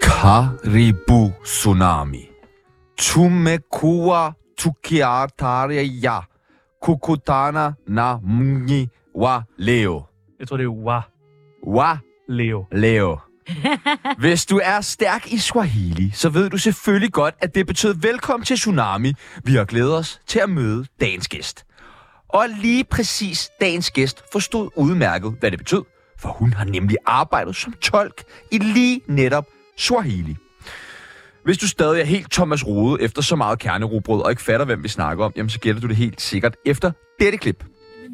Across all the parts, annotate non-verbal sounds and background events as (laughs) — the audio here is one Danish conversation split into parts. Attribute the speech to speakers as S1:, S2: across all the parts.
S1: Karibu Tsunami. Tumekuwa tukiataria kukutana na mji wa leo.
S2: Jeg tror, det er Wa
S1: Wa
S2: Leo.
S1: leo. Hvis du er stærk i Swahili, så ved du selvfølgelig godt, at det betød velkommen til Tsunami. Vi har glædet os til at møde dagens gæst. Og lige præcis dagens gæst forstod udmærket, hvad det betød, for hun har nemlig arbejdet som tolk i lige netop Swahili. Hvis du stadig er helt Thomas Rode efter så meget kernerobrød og ikke fatter, hvem vi snakker om, jamen så gætter du det helt sikkert efter dette klip.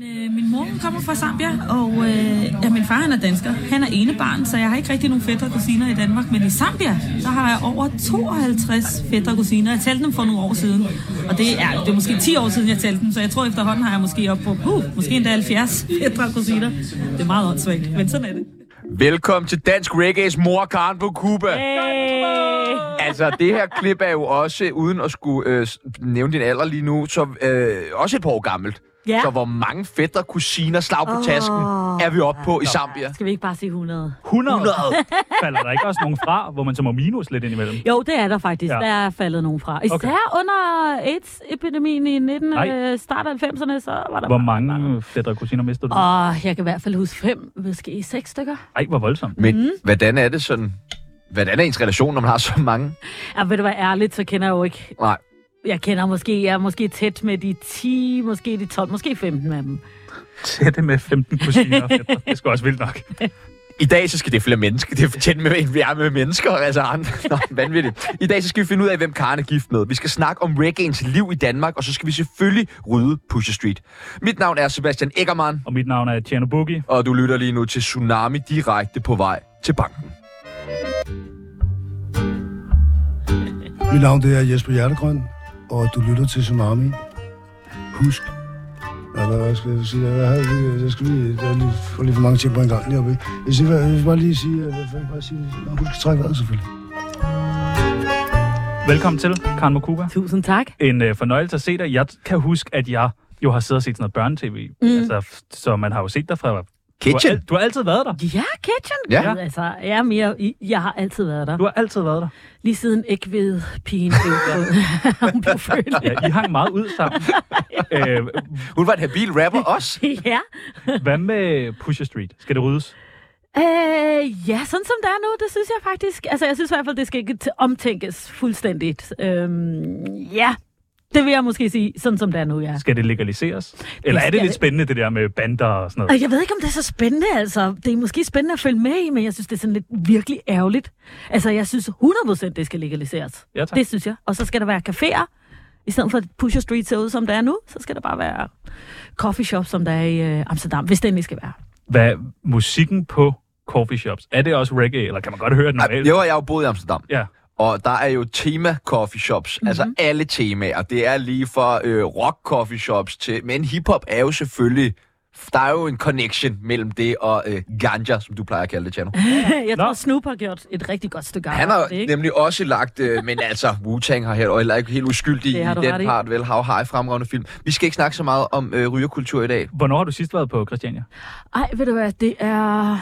S3: Øh, Min mor hun kommer fra Zambia, og øh, ja, min far han er dansker. Han er enebarn, så jeg har ikke rigtig nogen fætter og kusiner i Danmark. Men i Zambia, der har jeg over 52 fætter og kusiner. Jeg talte dem for nogle år siden. Og det er, det er måske 10 år siden, jeg talte dem, så jeg tror efterhånden har jeg måske op på, uh, måske endda 70 fætter og kusiner. Det er meget åndssvagt, men sådan er det.
S1: Velkommen til Dansk Reggae's mor, Karen på Cuba. Altså, det her klip er jo også, uden at skulle øh, s- nævne din alder lige nu, så øh, også et par år gammelt.
S4: Ja.
S1: Så hvor mange fætter, kusiner, slag på tasken
S4: Åh.
S1: er vi oppe på i Zambia?
S4: Skal vi ikke bare sige 100?
S2: 100.
S1: 100.
S4: (laughs)
S2: Falder der ikke også nogen fra, hvor man så må minus lidt indimellem?
S4: Jo, det er der faktisk.
S2: Ja.
S4: Ja. Der er faldet nogen fra. Især
S2: Okay.
S4: okay. under AIDS-epidemien i 19,
S2: Nej.
S4: øh, start af 90'erne, så var der...
S2: Hvor mange fætter og kusiner mister du?
S4: Og jeg kan i hvert fald huske fem, måske seks stykker.
S2: Ej, hvor voldsomt.
S1: Men
S4: Mhm.
S1: mm. hvordan er det sådan... Hvordan er ens relation, når man har så mange?
S4: Ja, vil du være ærligt, så kender jeg jo ikke...
S1: Nej.
S4: Jeg kender måske, jeg er måske tæt med de 10, måske de 12, måske 15 af dem.
S2: Tætte med 15 kusiner og fætter. Det er sgu også vildt nok.
S1: I dag, så skal det flere mennesker. Det er tæt med, en vi er med mennesker, altså (laughs) andre. Nå, vanvittigt. I dag, så skal vi finde ud af, hvem Karen er gift med. Vi skal snakke om reggaeens liv i Danmark, og så skal vi selvfølgelig rydde Pusher Street. Mit navn er Sebastian Eggermann,
S2: Og mit navn er Tjerno Boogie.
S1: og du lytter lige nu til Tsunami direkte på vej til banken.
S5: Mit navn det er Jesper Hjertegrøn, og du lytter til Tsunami. Husk. Ja, hvad, hvad skal jeg sige? Jeg, havde, lige- jeg skal lige, jeg har lige, får lige for mange ting på en gang lige oppe. i. Jeg skal, jeg skal bare lige sige, øh, jeg vil bare sige, man husk at trække vejret selvfølgelig.
S2: Velkommen til, Karen Mokuba.
S4: Tusind tak.
S2: En øh, fornøjelse at se dig. Jeg kan huske, at jeg jo har siddet og set sådan noget børnetv. Mm. Altså, f- så man har jo set dig fra... Du har,
S1: Kitchen.
S2: al- du har altid været der.
S4: Ja, kitchen.
S1: Ja.
S4: Men Altså, jeg er mere... i- Jeg har altid været der.
S2: Du har altid været der.
S4: Lige siden ikke ved pigen blev født. (laughs) Hun blev født.
S2: Ja, I hang meget ud
S4: (laughs)
S2: sammen. øh,
S1: Hun var en habil rapper også.
S4: Ja.
S2: hvad med Pusher Street? Skal det ryddes?
S4: Øh, ja, sådan som det er nu, det synes jeg faktisk. Altså, jeg synes i hvert fald, det skal ikke t- omtænkes fuldstændigt. Øhm, ja, det vil jeg måske sige, sådan som det er nu, ja.
S2: Skal det legaliseres? Eller er det
S4: skal
S2: lidt
S4: det.
S2: spændende, det der med bander og sådan noget?
S4: Og jeg ved ikke, om det er så spændende, altså. Det er måske spændende at følge med i, men jeg synes, det er sådan lidt virkelig ærgerligt. Altså, jeg synes 100% det skal legaliseres.
S2: Ja, tak.
S4: Det synes jeg. Og så skal der være caféer. I stedet for at Pusher Street ser ud, som det er nu, så skal der bare være coffee shop, som der er i øh, Amsterdam, hvis det endelig skal være. (laughs)
S2: Hvad musikken på coffee shops? Er det også reggae, eller kan man godt høre den normalt?
S1: Jo, jeg har jo boet i Amsterdam.
S2: Ja.
S1: Og der er jo tema coffee shops,
S4: Mhm.
S1: mm-hmm. altså alle temaer. Det er lige fra øh, rock coffee shops til... Men hiphop er jo selvfølgelig... Der er jo en connection mellem det og øh, ganja, som du plejer at kalde det, Tjano.
S4: jeg
S2: Nå.
S4: tror, Snoop har gjort et rigtig godt stykke
S1: Han
S4: arbejde.
S1: har
S4: ikke?
S1: nemlig også lagt, øh, men altså, Wu-Tang har her, og heller ikke helt uskyldig i
S4: Det har du ret
S1: den
S4: i.
S1: part, vel? Hav har fremragende film. Vi skal ikke snakke så meget om øh, rygerkultur i dag.
S2: Hvornår har du sidst været på Christiania?
S4: Ej, ved du hvad, det er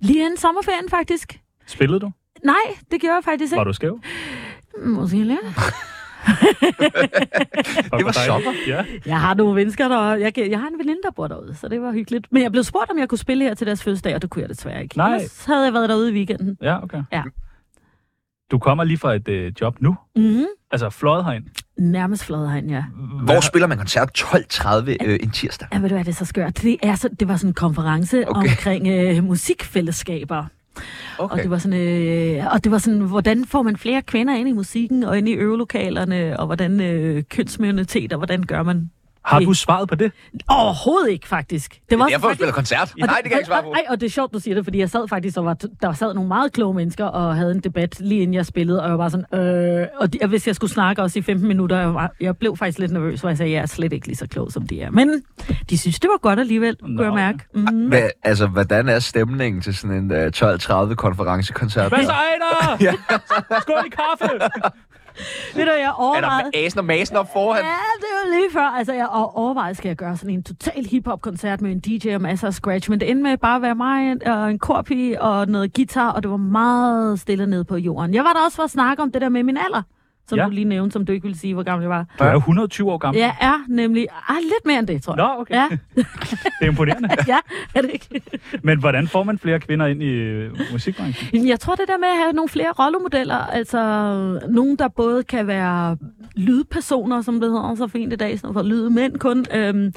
S4: lige inden sommerferien faktisk.
S2: Spillede du?
S4: Nej, det gjorde jeg faktisk
S2: Var
S4: ikke.
S2: du
S1: (laughs)
S2: skæv?
S4: Måske lidt.
S2: Fuck,
S1: var
S2: hvor dejligt.
S1: sommer.
S2: Ja.
S4: Jeg har nogle mennesker, der... Jeg, kan- jeg har en veninde, der bor derude, så det var hyggeligt. Men jeg blev spurgt, om jeg kunne spille her til deres fødselsdag, og det kunne jeg desværre ikke.
S2: Nej.
S4: Ellers havde jeg været derude i weekenden.
S2: ja, okay.
S4: Ja.
S2: Du kommer lige fra et øh, job nu.
S4: Mm.
S2: Altså, fløjet herind.
S4: Nærmest flad han, ja.
S1: Hvor spiller man koncert 12.30 øh, en tirsdag?
S4: Ja, ved du hvad, det er så skørt. Det, er så, det var sådan en konference
S1: Okay.
S4: okay. omkring øh, musikfællesskaber. Okay. Og, det var sådan, øh, og det var sådan, hvordan får man flere kvinder ind i musikken og ind i øvelokalerne, og hvordan øh, kønsminoriteter, hvordan gør man?
S2: Har du svaret på det?
S4: Overhovedet ikke, faktisk. Det
S1: Det er derfor, du spiller koncert. Nej,
S4: og
S1: det kan jeg ikke
S4: (laughs)
S1: svare på.
S4: Og, ej, og det er sjovt, du siger det, fordi jeg sad faktisk, og var, der sad nogle meget kloge mennesker og havde en debat lige inden jeg spillede, og jeg var sådan, øh, og de, og hvis jeg skulle snakke også i 15 minutter, jeg, var, jeg blev faktisk lidt nervøs, hvor jeg sagde, jeg er slet ikke lige så klog som de er. Men de synes, det var godt alligevel, kunne
S2: Nå.
S4: jeg mærke. Mm.
S1: Hvad, altså, hvordan er stemningen til sådan en øh, 12.30 konferencekoncert?
S2: Hvad så, Ejner? ja. (laughs) Skål i kaffe!
S4: Ved du, jeg
S1: Er der
S4: overvejede...
S1: asen og masen op foran?
S4: Ja, det lige før, altså jeg og overvejede, skal jeg gøre sådan en total hiphop-koncert med en DJ og masser af scratch, men det endte med bare at være mig og en korpige og noget guitar, og det var meget stille nede på jorden. Jeg var der også for at snakke om det der med min alder, som ja.
S2: Ja.
S4: du lige nævnte, som du ikke ville sige, hvor gammel jeg var.
S2: Du er jo 120 år gammel.
S4: Jeg er nemlig ah, lidt mere end det, tror jeg.
S2: Nå, okay.
S4: Ja,
S2: Det er imponerende. (laughs)
S4: ja, er det ikke?
S2: Men hvordan får man flere kvinder ind i øh, musikbranchen?
S4: Jamen, Jeg tror, det der med at have nogle flere rollemodeller, altså nogen, der både kan være lydpersoner, som det hedder så fint i dag, i stedet for lydmænd kun, øhm,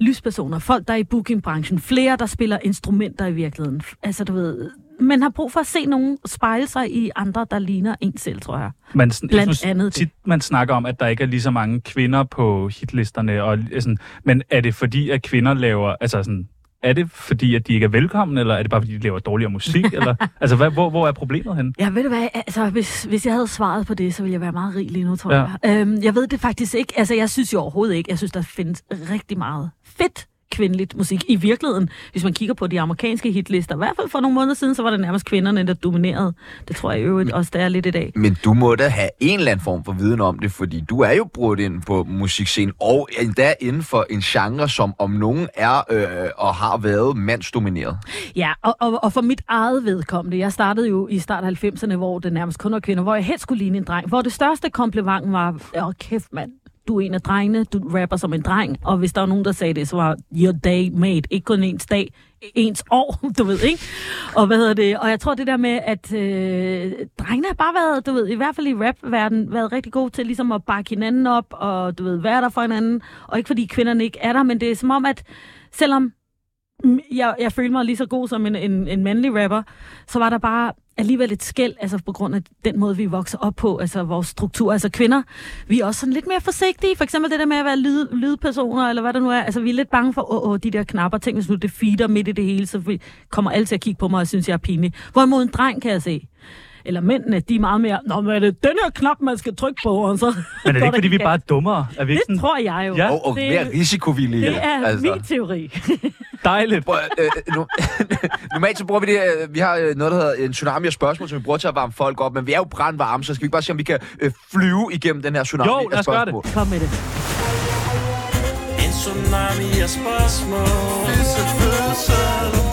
S4: lyspersoner, folk, der er i bookingbranchen, flere, der spiller instrumenter i virkeligheden. Altså, du ved, man har brug for at se nogen spejle sig i andre, der ligner en selv, tror jeg.
S2: Man, sn- jeg
S4: Blandt andet det.
S2: tit, man snakker om, at der ikke er lige så mange kvinder på hitlisterne. Og, li- sådan, men er det fordi, at kvinder laver... Altså sådan, er det fordi, at de ikke er velkomne, eller er det bare fordi, de laver dårligere
S4: (laughs)
S2: musik? eller, altså, hvad, hvor, hvor er problemet henne?
S4: Ja, ved du hvad, altså, hvis, hvis jeg havde svaret på det, så ville jeg være meget rig lige nu, tror ja.
S2: Ja.
S4: jeg. Øhm, jeg ved det faktisk ikke. Altså, jeg synes jo overhovedet ikke. Jeg synes, der findes rigtig meget fedt kvindeligt musik i virkeligheden. Hvis man kigger på de amerikanske hitlister, i hvert fald for nogle måneder siden, så var det nærmest kvinderne, der dominerede. Det tror jeg i øvrigt også, der er lidt i dag.
S1: Men du må da have en eller anden form for viden om det, fordi du er jo brudt ind på musikscenen, og endda inden for en genre, som om nogen er øh, og har været mandsdomineret.
S4: Ja, og, og, og for mit eget vedkommende, jeg startede jo i start 90'erne, hvor det nærmest kun var kvinder, hvor jeg helst skulle ligne en dreng, hvor det største kompliment var, åh kæft mand, du er en af drengene, du rapper som en dreng, og hvis der var nogen, der sagde det, så var your day mate, ikke kun ens dag, ens år, (laughs) du ved, ikke? Og hvad hedder det? Og jeg tror det der med, at øh, drengene har bare været, du ved, i hvert fald i rapverden, været rigtig gode til ligesom at bakke hinanden op, og du ved, være der for hinanden, og ikke fordi kvinderne ikke er der, men det er som om, at selvom Mm, jeg, jeg følte mig lige så god som en, en, en mandlig rapper, så var der bare alligevel et skæld, altså på grund af den måde, vi vokser op på, altså vores struktur, altså kvinder, vi er også sådan lidt mere forsigtige, for eksempel det der med at være lyd, lydpersoner, eller hvad det nu er, altså vi er lidt bange for, åh, åh de der knapper, tænk hvis nu det feeder midt i det hele, så vi kommer alle til at kigge på mig og synes, jeg er pinlig. Hvorimod en dreng kan jeg se, eller mændene, de er meget mere, nå, men er det den her knap, man skal trykke på, og så... (laughs)
S2: Men er det ikke, fordi vi bare er dummere? Er vi ikke
S4: Det
S2: sådan
S4: tror jeg jo.
S2: Ja.
S1: Og, og
S4: Det-
S1: mere risikovillige.
S4: Det er altså. min teori.
S2: dejligt?
S1: Prøv, at, øh, nu, (laughs) normalt så bruger vi det, øh, vi har øh, noget, der hedder en tsunami af spørgsmål, som vi bruger til at varme folk op, men vi er jo brandvarme, så skal vi ikke bare se, om vi kan øh, flyve igennem den her tsunami
S2: Jo,
S1: af
S2: lad os gøre
S1: spørgsmål.
S4: Kom med det.
S6: En tsunami af spørgsmål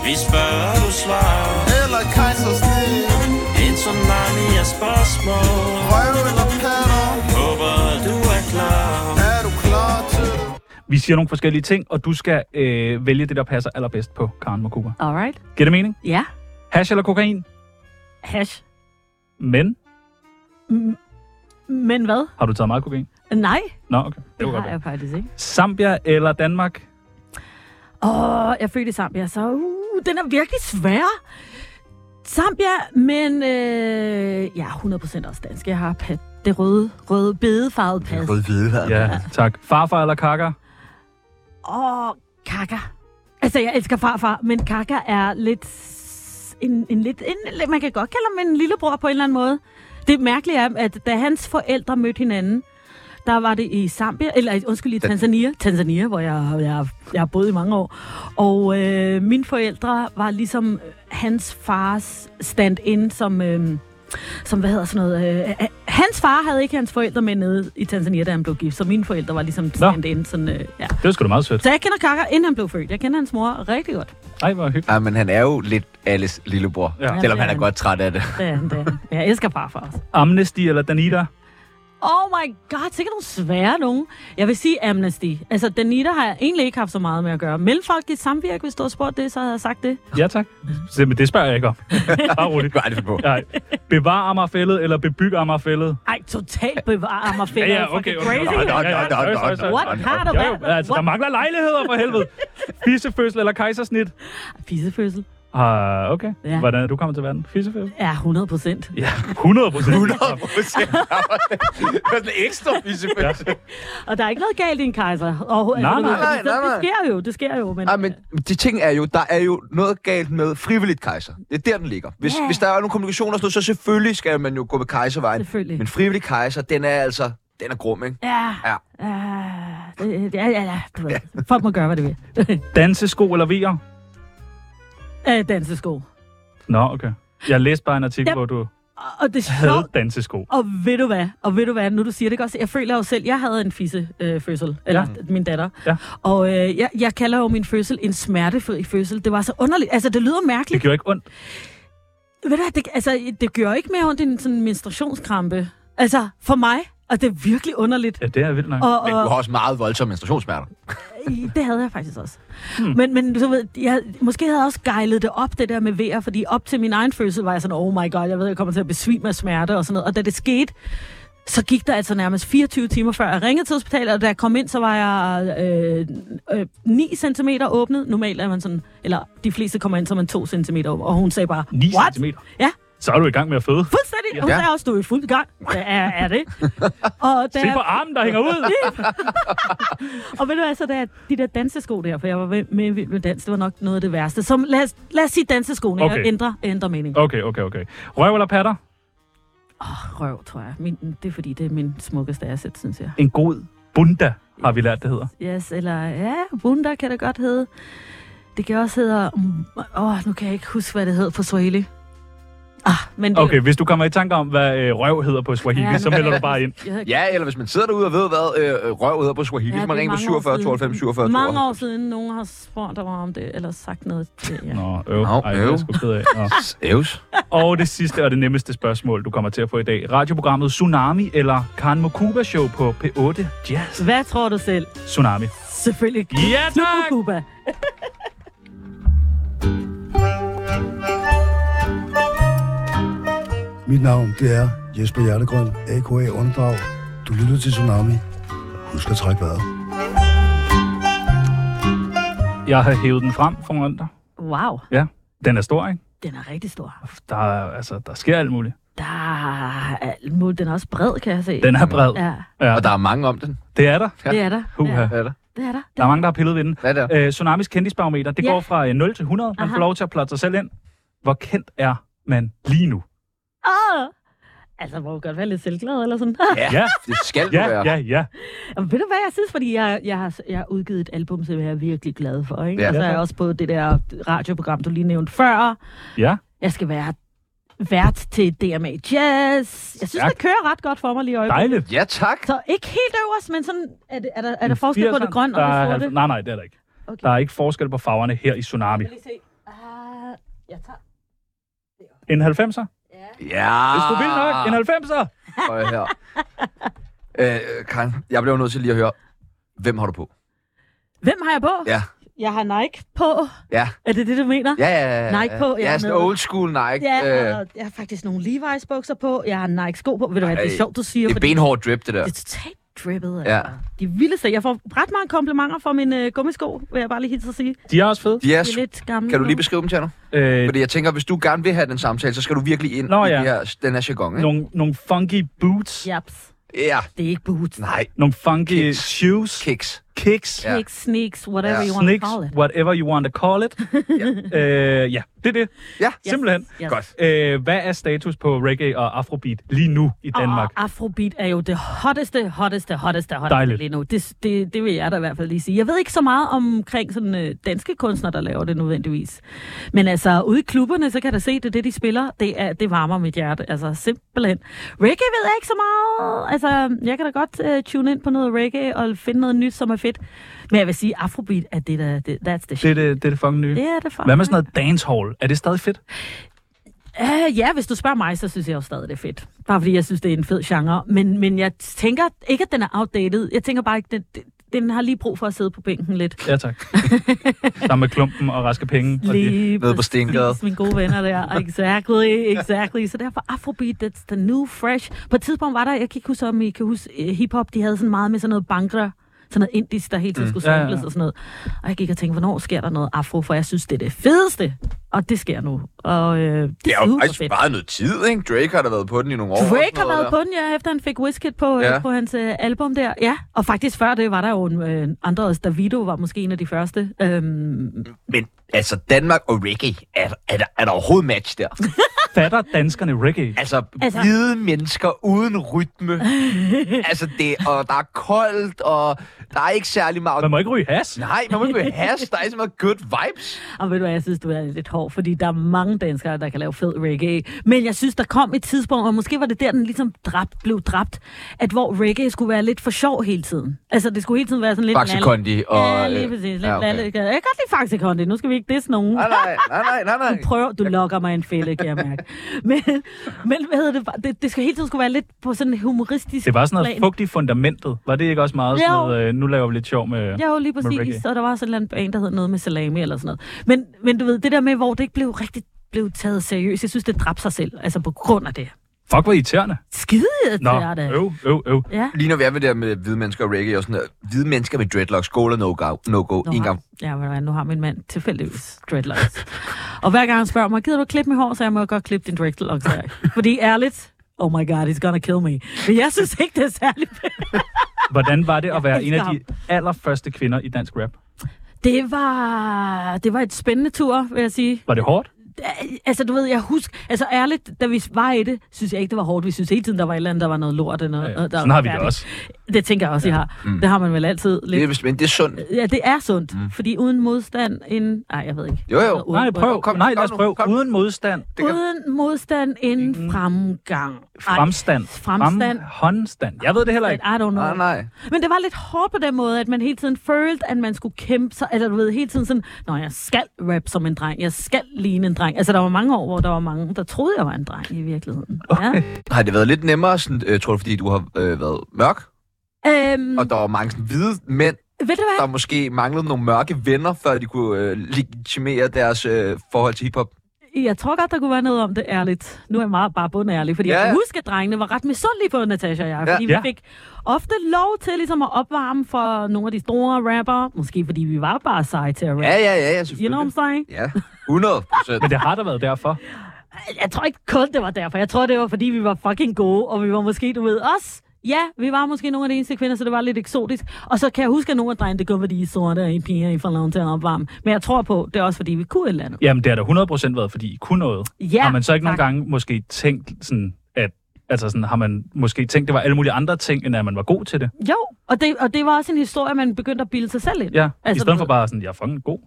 S6: Vi spørger, du svarer
S7: Eller kejsersnit
S6: En tsunami af spørgsmål
S7: Røv eller patter
S6: Håber, du er klar
S7: Er du klar til det?
S2: Vi siger nogle forskellige ting, og du skal øh, vælge det, der passer allerbedst på Karen Mokuba.
S4: Alright.
S2: Giver det mening?
S4: Ja.
S2: Hash eller kokain?
S4: Hash.
S2: Men?
S4: Men hvad?
S2: Har du taget meget kokain?
S4: Nej,
S2: Nå, okay. Det
S4: det
S2: var
S4: har
S2: godt.
S4: jeg faktisk ikke.
S2: Zambia eller Danmark?
S4: Åh, jeg følte Zambia, så uh, den er virkelig svær. Zambia, men øh, ja, 100% også dansk. Jeg har pat, det røde, røde bedefarvede pas.
S1: Rød-hvide her.
S2: Ja, tak. Farfar eller kaka?
S4: Åh, kaka. Altså, jeg elsker farfar, men kaka er lidt... s- En, en lidt en, man kan godt kalde ham en lillebror på en eller anden måde. Det mærkelige er, at da hans forældre mødte hinanden, der var det i Zambia, eller undskyld, i Tanzania, Tanzania, hvor jeg, jeg, jeg har boet i mange år. Og øh, mine forældre var ligesom hans fars stand-in, som, øh, som hvad hedder sådan noget, øh, hans far havde ikke hans forældre med nede i Tanzania, da han blev gift, så mine forældre var ligesom stand-in, sådan, øh, ja.
S2: Det var sgu da meget sødt.
S4: Så jeg kender Kaka, inden han blev født. Jeg kender hans mor rigtig godt.
S2: Ej, hvor hyggeligt.
S1: Ja, men han er jo lidt Alice lillebror,
S2: Ja.
S1: selvom han er
S4: Ja.
S1: godt træt af det. (laughs)
S4: Det er han, det er han. Jeg elsker farfar også.
S2: Amnesty eller Danita?
S4: Oh my god, sikkert nogle svære nogen. Jeg vil sige Amnesty. Altså, Danita har jeg egentlig ikke haft så meget med at gøre. Mellemfolk i samvirke, hvis du har spurgt det, så havde jeg sagt det.
S2: Ja, tak. Se, men det spørger jeg ikke om. Bare
S1: (laughs)
S2: roligt.
S1: Gør det på.
S2: Nej. Bevar Amagerfællet eller bebyg Amagerfællet?
S4: Ej, totalt bevare mig fedt.
S2: Ja, ja, okay. okay.
S4: Crazy. altså.
S1: Nå, nå, nå, nå, nå,
S2: Sorry, sorry, sorry.
S1: nå.
S4: What har du
S2: Jo, jo,
S4: været?
S2: altså, der mangler lejligheder for helvede. Fissefødsel eller kejsersnit?
S4: Fissefødsel.
S2: Ah, okay.
S4: Ja.
S2: Hvordan er du kommet til verden? Fissefødsel?
S4: Ja, 100 procent.
S2: Ja, 100 procent.
S1: 100
S2: (laughs)
S1: procent. Det var sådan en ekstra fissefest.
S4: Og der er ikke noget galt i en kejser. overhovedet.
S2: Nej,
S4: Altså,
S2: nej,
S1: nej,
S4: det-
S1: nej,
S4: Det
S1: nej.
S4: sker jo, det sker jo. Men,
S1: Ja, men de ting er jo, der er jo noget galt med frivilligt kejser. Det er der, den ligger. Hvis,
S4: Ja.
S1: hvis der er nogle kommunikationer, og sådan noget, så selvfølgelig skal man jo gå med kejservejen.
S4: Selvfølgelig.
S1: Men frivillig kejser, den er altså, den er grum, ikke?
S4: Ja,
S1: Ja.
S4: ja, det- ja, ja, ja, du ved. Folk må gøre, hvad de vil. (laughs)
S2: Dansesko eller VR?
S4: Øh, Dansesko.
S2: Nå, okay. Jeg læste bare en artikel,
S4: Ja.
S2: hvor du...
S4: og- og det er
S2: havde
S4: sjovt.
S2: dansesko.
S4: Og ved du hvad? Og ved du hvad? Nu du siger det ikke også. Jeg føler jo selv, jeg havde en fisse øh, fødsel. Eller ja. min datter.
S2: Ja.
S4: Og øh, jeg, jeg kalder jo min fødsel en smertefri fødsel. Det var så underligt. Altså, det lyder mærkeligt.
S2: Det gjorde ikke ondt.
S4: Ved du hvad, det, altså, det gør ikke mere ondt end sådan en menstruationskrampe. Altså, for mig. Og det er virkelig underligt.
S2: Ja, det er vildt nok.
S4: Og,
S1: Men du
S4: og
S1: har også meget voldsomme menstruationssmerter.
S4: det havde jeg faktisk også. Hmm. Men, men du ved, jeg, måske havde jeg også gejlet det op, det der med vejr, fordi op til min egen fødsel var jeg sådan, oh my god, jeg ved, jeg kommer til at besvime af smerte og sådan noget. Og da det skete, så gik der altså nærmest 24 timer før jeg ringede til hospitalet, og da jeg kom ind, så var jeg øh, øh, 9 cm åbnet. Normalt er man sådan, eller de fleste kommer ind, så er man 2 cm åbnet. Og hun sagde bare,
S2: 9
S4: what?
S2: cm.
S4: Ja,
S2: Så er du i gang med at føde.
S4: fuldstændig. Ja. Hun
S1: Ja.
S4: sagde også, du er i fuld gang. Det er, er det. og da
S2: Se
S4: jeg
S2: på armen, der hænger ud.
S4: Og ved du hvad, så der, de der dansesko der, for jeg var med, med, Vild med dans, det var nok noget af det værste. Så lad os, lad os sige danseskoene, okay.
S2: Okay.
S4: jeg ændrer, jeg ændrer mening. Oh.
S2: Okay, okay, okay. Røv eller patter?
S4: Røv, tror jeg. Min, det er fordi, det er min smukkeste asset, synes jeg.
S2: En god bunda, har vi lært, det hedder.
S4: Yes, eller ja, bunda kan det godt hedde. Det kan også hedde, mm, åh, oh, nu kan jeg ikke huske, hvad det hed på Swahili. Ah, men det,
S2: Okay, hvis du kommer i tanke om, hvad øh, røv hedder på Swahili,
S4: Ja.
S2: så melder du bare ind.
S4: Jeg havde-
S1: Ja, eller hvis man sidder derude og ved, hvad øh, røv hedder på Swahili, ja, så
S4: det er
S1: man ringer på
S4: mange år
S1: 47
S4: siden.
S1: 92 47
S4: Mange år siden, nogen har spurgt mig om det, eller sagt noget til jer.
S2: Nå, øv.
S1: Nå,
S2: Ej, det er
S1: øv.
S2: jeg sgu ked af. Nå.
S4: Ah.
S1: Ævs.
S2: Og det sidste og det nemmeste spørgsmål, du kommer til at få i dag. Radioprogrammet Tsunami eller Karen Mokuba Show på P8 Jazz.
S4: Hvad tror du selv?
S2: Tsunami.
S4: Selvfølgelig
S2: Ja, tak!
S4: Kuba.
S5: Mit navn, det er Jesper Hjertegrøn, AKA Underdrag. Du lytter til Tsunami. Husk at trække vejret.
S2: Jeg har hævet den frem foran dig.
S4: Wow,
S2: Ja. Den er stor, ikke?
S4: den er rigtig stor.
S2: Der, er, altså, der sker alt muligt.
S4: Der er alt muligt. Den er også bred, kan jeg se.
S2: Den er bred.
S4: Ja,
S2: Ja,
S1: Og der er mange om den.
S2: det er der.
S4: det er der.
S2: Huha.
S4: Ja,
S1: Hvad er der?
S4: det er der.
S2: Der er mange, der har pillet ved den.
S1: Hvad er der?
S2: Øh, Tsunamis kendisbarometer, det
S4: Ja.
S2: går fra øh, 0 til 100. Man
S4: Aha.
S2: får lov til at plotte sig selv ind. Hvor kendt er man lige nu?
S4: Åh! Altså, må jo godt være lidt selvglad eller sådan. (laughs)
S2: Ja,
S1: Det skal du
S2: ja,
S1: være.
S2: ja, ja.
S4: Og ved du hvad, jeg synes, fordi jeg, jeg, har, jeg har udgivet et album, som jeg er virkelig glad for. Ikke?
S1: Ja.
S4: Og så er jeg også på det der radioprogram, du lige nævnte før.
S2: Ja,
S4: Jeg skal være vært til DMA Jazz. Jeg synes,
S2: Stærkt.
S4: det kører ret godt for mig lige i øjeblikket.
S2: dejligt.
S1: Ja, tak.
S4: Så ikke helt øverst, men sådan, er, det, er der, er der forskel på det
S2: 80'eren,
S4: grønne og
S2: der er
S4: det sorte?
S2: halv- Ah, altså, Nej, nej, det er der ikke.
S4: Okay.
S2: Der er ikke forskel på farverne her i Tsunami.
S4: Jeg vil lige se. Ah, jeg tager.
S2: En 90'er?
S1: Ja.
S2: Hvis du vil nok, en 90'er!
S1: Prøv her. Øh, Karen, jeg bliver jo nødt til lige at høre, hvem har du på?
S4: Hvem har jeg på?
S1: Ja.
S4: Jeg har Nike på.
S1: Ja,
S4: Er det det, du mener?
S1: ja, ja. ja.
S4: Nike på, jeg
S1: Ja,
S4: er
S1: sådan
S4: med.
S1: old school Nike.
S4: Ja,
S1: Øh,
S4: og jeg har faktisk nogle Levi's bukser på. Jeg har Nike sko på. Ved du hvad, det er
S1: Ej,
S4: sjovt, du siger.
S1: det er
S4: fordi
S1: benhård drip, det der.
S4: Det er totalt drippet.
S1: Ja.
S4: Altså. De vildeste. Jeg får ret mange komplimenter for mine øh, gummisko, vil jeg bare lige hilse at sige.
S2: De er også fede.
S1: De er,
S4: De er
S1: sgu-
S4: lidt gamle.
S1: kan du lige
S4: nu.
S1: beskrive dem til nu?
S2: Øh,
S1: Fordi jeg tænker, hvis du gerne vil have den samtale, så skal du virkelig ind
S2: Nå,
S1: i
S2: ja.
S1: det her, den her jargon, ikke?
S2: nogle, nogle funky boots. Ja.
S4: Japs.
S1: Ja.
S4: Det er ikke boots.
S1: Nej,
S2: Nogle funky
S1: Kicks.
S2: shoes.
S1: kicks.
S2: Kicks.
S1: Ja.
S4: Kicks, sneaks, whatever
S1: Ja.
S4: you want
S2: Snicks,
S4: to call it.
S2: whatever you want to call
S4: (laughs)
S2: it. ja. Øh, ja, det er det.
S1: Ja.
S4: Yes,
S2: Simpelthen.
S4: yes.
S1: Godt.
S2: Øh, hvad er status på reggae og afrobeat lige nu i Danmark?
S4: Og Afrobeat er jo det hotteste, hotteste, hotteste, hotteste
S2: Dejligt.
S4: lige nu. Det, det, det vil jeg da i hvert fald lige sige. Jeg ved ikke så meget omkring sådan, øh, danske kunstnere, der laver det nødvendigvis. Men altså, ude i klubberne, så kan der se, det er det, de spiller. Det, er, det varmer mit hjerte. Altså, simpelthen. Reggae ved jeg ikke så meget. Altså, jeg kan da godt øh, tune ind på noget reggae og finde noget nyt, som er fedt. Men jeg vil sige, Afrobeat er det, der... Det, that's the
S2: Det
S4: shit.
S2: er det, det, er det fucking nye.
S4: Det er det for
S2: Hvad med sådan noget dancehall? Er det stadig fedt?
S4: Uh, ja, hvis du spørger mig, så synes jeg jo stadig, det er fedt. Bare fordi jeg synes, det er en fed genre. Men, men jeg tænker ikke, at den er outdated. Jeg tænker bare, at den, den har lige brug for at sidde på bænken lidt.
S2: Ja,
S4: (laughs)
S2: tak. Sammen med klumpen og raske penge. Og de,
S4: Lige
S1: Nede på
S4: præcis,
S1: Stengade.
S4: mine gode venner der. Exactly, exactly. Så derfor Afrobeat, that's the new fresh. På et tidspunkt var der, jeg kan ikke huske, om I kan huske øh, hiphop, de havde sådan meget med sådan noget bangra, sådan noget indisk, der hele tiden skulle
S2: Ja, ja, ja.
S4: samples og sådan noget. Og jeg gik og tænkte, hvornår sker der noget afro, for jeg synes, det er det fedeste. Og det sker nu. Og øh, det,
S1: (laughs) Det
S4: det
S1: er
S4: er
S1: jo
S4: super
S1: faktisk
S4: fedt.
S1: bare noget tid, ikke? Drake har da været på den i nogle år. og sådan
S4: Drake har
S1: noget
S4: været
S1: der.
S4: på den, ja, efter han fik Wizkid på,
S1: Ja.
S4: ja. på hans øh, album der. Ja, og faktisk før det var der jo en øh, andre også. Davido var måske en af de første. Øhm,
S1: Men altså, Danmark og reggae, er, er, der, er der overhovedet match der?
S2: fatter danskerne reggae?
S1: Altså, altså,
S4: Altså-
S1: hvide mennesker uden
S4: (laughs)
S1: rytme. altså, det, og der er koldt, og der er ikke særlig meget...
S2: Man må ikke ryge has.
S4: (laughs)
S1: Nej, man må ikke have hash. Der er ikke så meget good vibes.
S4: og ved du hvad, jeg synes, du er lidt hård år, fordi der er mange danskere, der kan lave fed reggae. Men jeg synes, der kom et tidspunkt, og måske var det der, den ligesom dræbt, blev dræbt, at hvor reggae skulle være lidt for sjov hele tiden. Altså, det skulle hele tiden være sådan lidt...
S1: Faxe
S4: lallet.
S1: Kondi og,
S4: Ja,
S1: øh,
S4: lige præcis. Lidt
S1: ja,
S4: ja,
S1: okay.
S4: okay. Jeg kan godt lide Faxe Kondi. Nu skal vi ikke disse nogen.
S1: Nej, nej, nej, nej, nej, nej.
S4: (laughs) Du prøver, du lokker mig i en fælde, kan jeg mærke. Men, men hvad hedder det, det, det skal hele tiden skulle være lidt på sådan en humoristisk
S2: Det var sådan noget
S4: plan.
S2: fugt i fundamentet. Var det ikke også meget sådan
S4: Jo.
S2: noget, øh, nu laver vi lidt sjov med...
S4: Ja, jo, lige
S2: med
S4: præcis.
S2: reggae.
S4: Og der var sådan en eller anden band, der hed noget med salami eller sådan noget. Men, men du ved, det der med, hvor det ikke blev rigtig blev taget seriøst, jeg synes, det dræbte sig selv, altså på grund af det.
S2: Fuck, hvor irriterende.
S4: Skide
S2: Nå,
S4: irriterende.
S2: øv, øv, øv.
S4: Ja.
S1: Lige når vi er ved det her med hvide mennesker og reggae og sådan noget. Hvide mennesker med dreadlocks, skål og no-go, no-go
S4: Nu
S1: en
S4: har,
S1: gang.
S4: ja, ved du hvad, nu har min mand tilfældigvis dreadlocks. og hver gang han spørger mig, gider du klippe mit hår, så jeg må godt klippe din dreadlocks af. Fordi ærligt, oh my god, he's gonna kill me. Men jeg synes ikke, det er særlig
S2: Hvordan var det at være en af
S4: elsker
S2: de allerførste kvinder i dansk rap?
S4: Det var, det var et spændende tur, vil jeg sige.
S2: Var det hårdt?
S4: Altså, du ved, jeg husker... Altså, ærligt, da vi var i det, synes jeg ikke, det var hårdt. Vi synes hele tiden, der var et eller andet, der var noget lort. Eller noget,
S2: Ja,
S4: noget, der
S2: sådan
S4: var
S2: har vi det
S4: forfærdeligt.
S2: også. Mm.
S4: Det tænker jeg også, I har. Det har man vel altid
S1: Det er,
S4: lidt.
S1: vist- men det er sundt.
S4: Ja, det er sundt. Mm. Fordi uden modstand inden... Nej, jeg ved ikke.
S1: Jo, jo.
S4: Uden,
S2: Nej, prøv.
S1: Kom,
S2: Kom, Nej,
S1: kom
S2: lad os
S1: nu,
S2: prøve.
S1: kom.
S2: Uden modstand.
S1: Det kan,
S4: Uden modstand inden fremgang. Ej,
S2: Fremstand.
S4: Fremstand.
S2: Frem- håndstand. Jeg ved det heller
S4: I
S2: ikke.
S4: don't know.
S1: nej, nej.
S4: Men det var lidt hårdt på den måde, at man hele tiden følte, at man skulle kæmpe sig, eller du ved, hele tiden sådan, Nå, jeg skal rap som en dreng, jeg skal ligne en dreng. Altså, der var mange år, hvor der var mange, der troede, jeg var en dreng i virkeligheden. Okay.
S1: Har det været lidt nemmere, sådan, øh, tror du, fordi du har øh, været mørk?
S4: Ja. Øhm,
S1: Og der var mange sådan, hvide mænd,
S4: ved du
S1: der
S4: hvad?
S1: måske manglede nogle mørke venner, før de kunne øh, legitimere deres øh, forhold til hiphop.
S4: Jeg tror godt, der kunne være noget om det ærligt. Nu er jeg meget bare bundærlig, fordi
S1: Ja,
S4: ja. jeg
S1: ja.
S4: kan huske, at drengene var ret misundelige på Natasha og jeg,
S1: Ja.
S4: fordi ja.
S2: Ja.
S4: vi fik ofte lov til ligesom at opvarme for nogle af de store rapper, måske fordi vi var bare seje til at rappe.
S1: Ja, ja, ja, ja,
S4: You know what
S1: selvfølgelig.
S4: I'm saying?
S1: Ja, 100 procent.
S2: Men det har der været derfor.
S4: jeg tror ikke kun, det var derfor. Jeg tror, det var, fordi vi var fucking gode, og vi var måske, du ved, os. Ja, vi var måske nogle af de eneste kvinder, så det var lidt eksotisk. Og så kan jeg huske, at nogle af drengene, det kunne være de er sorte, og I piger, I får lov til at opvarme. Men jeg tror på, det er også, fordi vi kunne et eller andet.
S2: Jamen, det har da 100% været, fordi I kunne noget.
S4: Ja,
S2: har man så ikke nogle
S4: tak.
S2: gange måske tænkt sådan, at altså sådan, har man måske tænkt, det var alle mulige andre ting, end at man var god til det.
S4: Jo, og det, og det var også en historie, man begyndte at bilde sig selv ind.
S2: Ja, altså, i
S4: Altså,
S2: stedet
S4: du
S2: for
S4: ved-
S2: bare sådan, jeg er fucking god.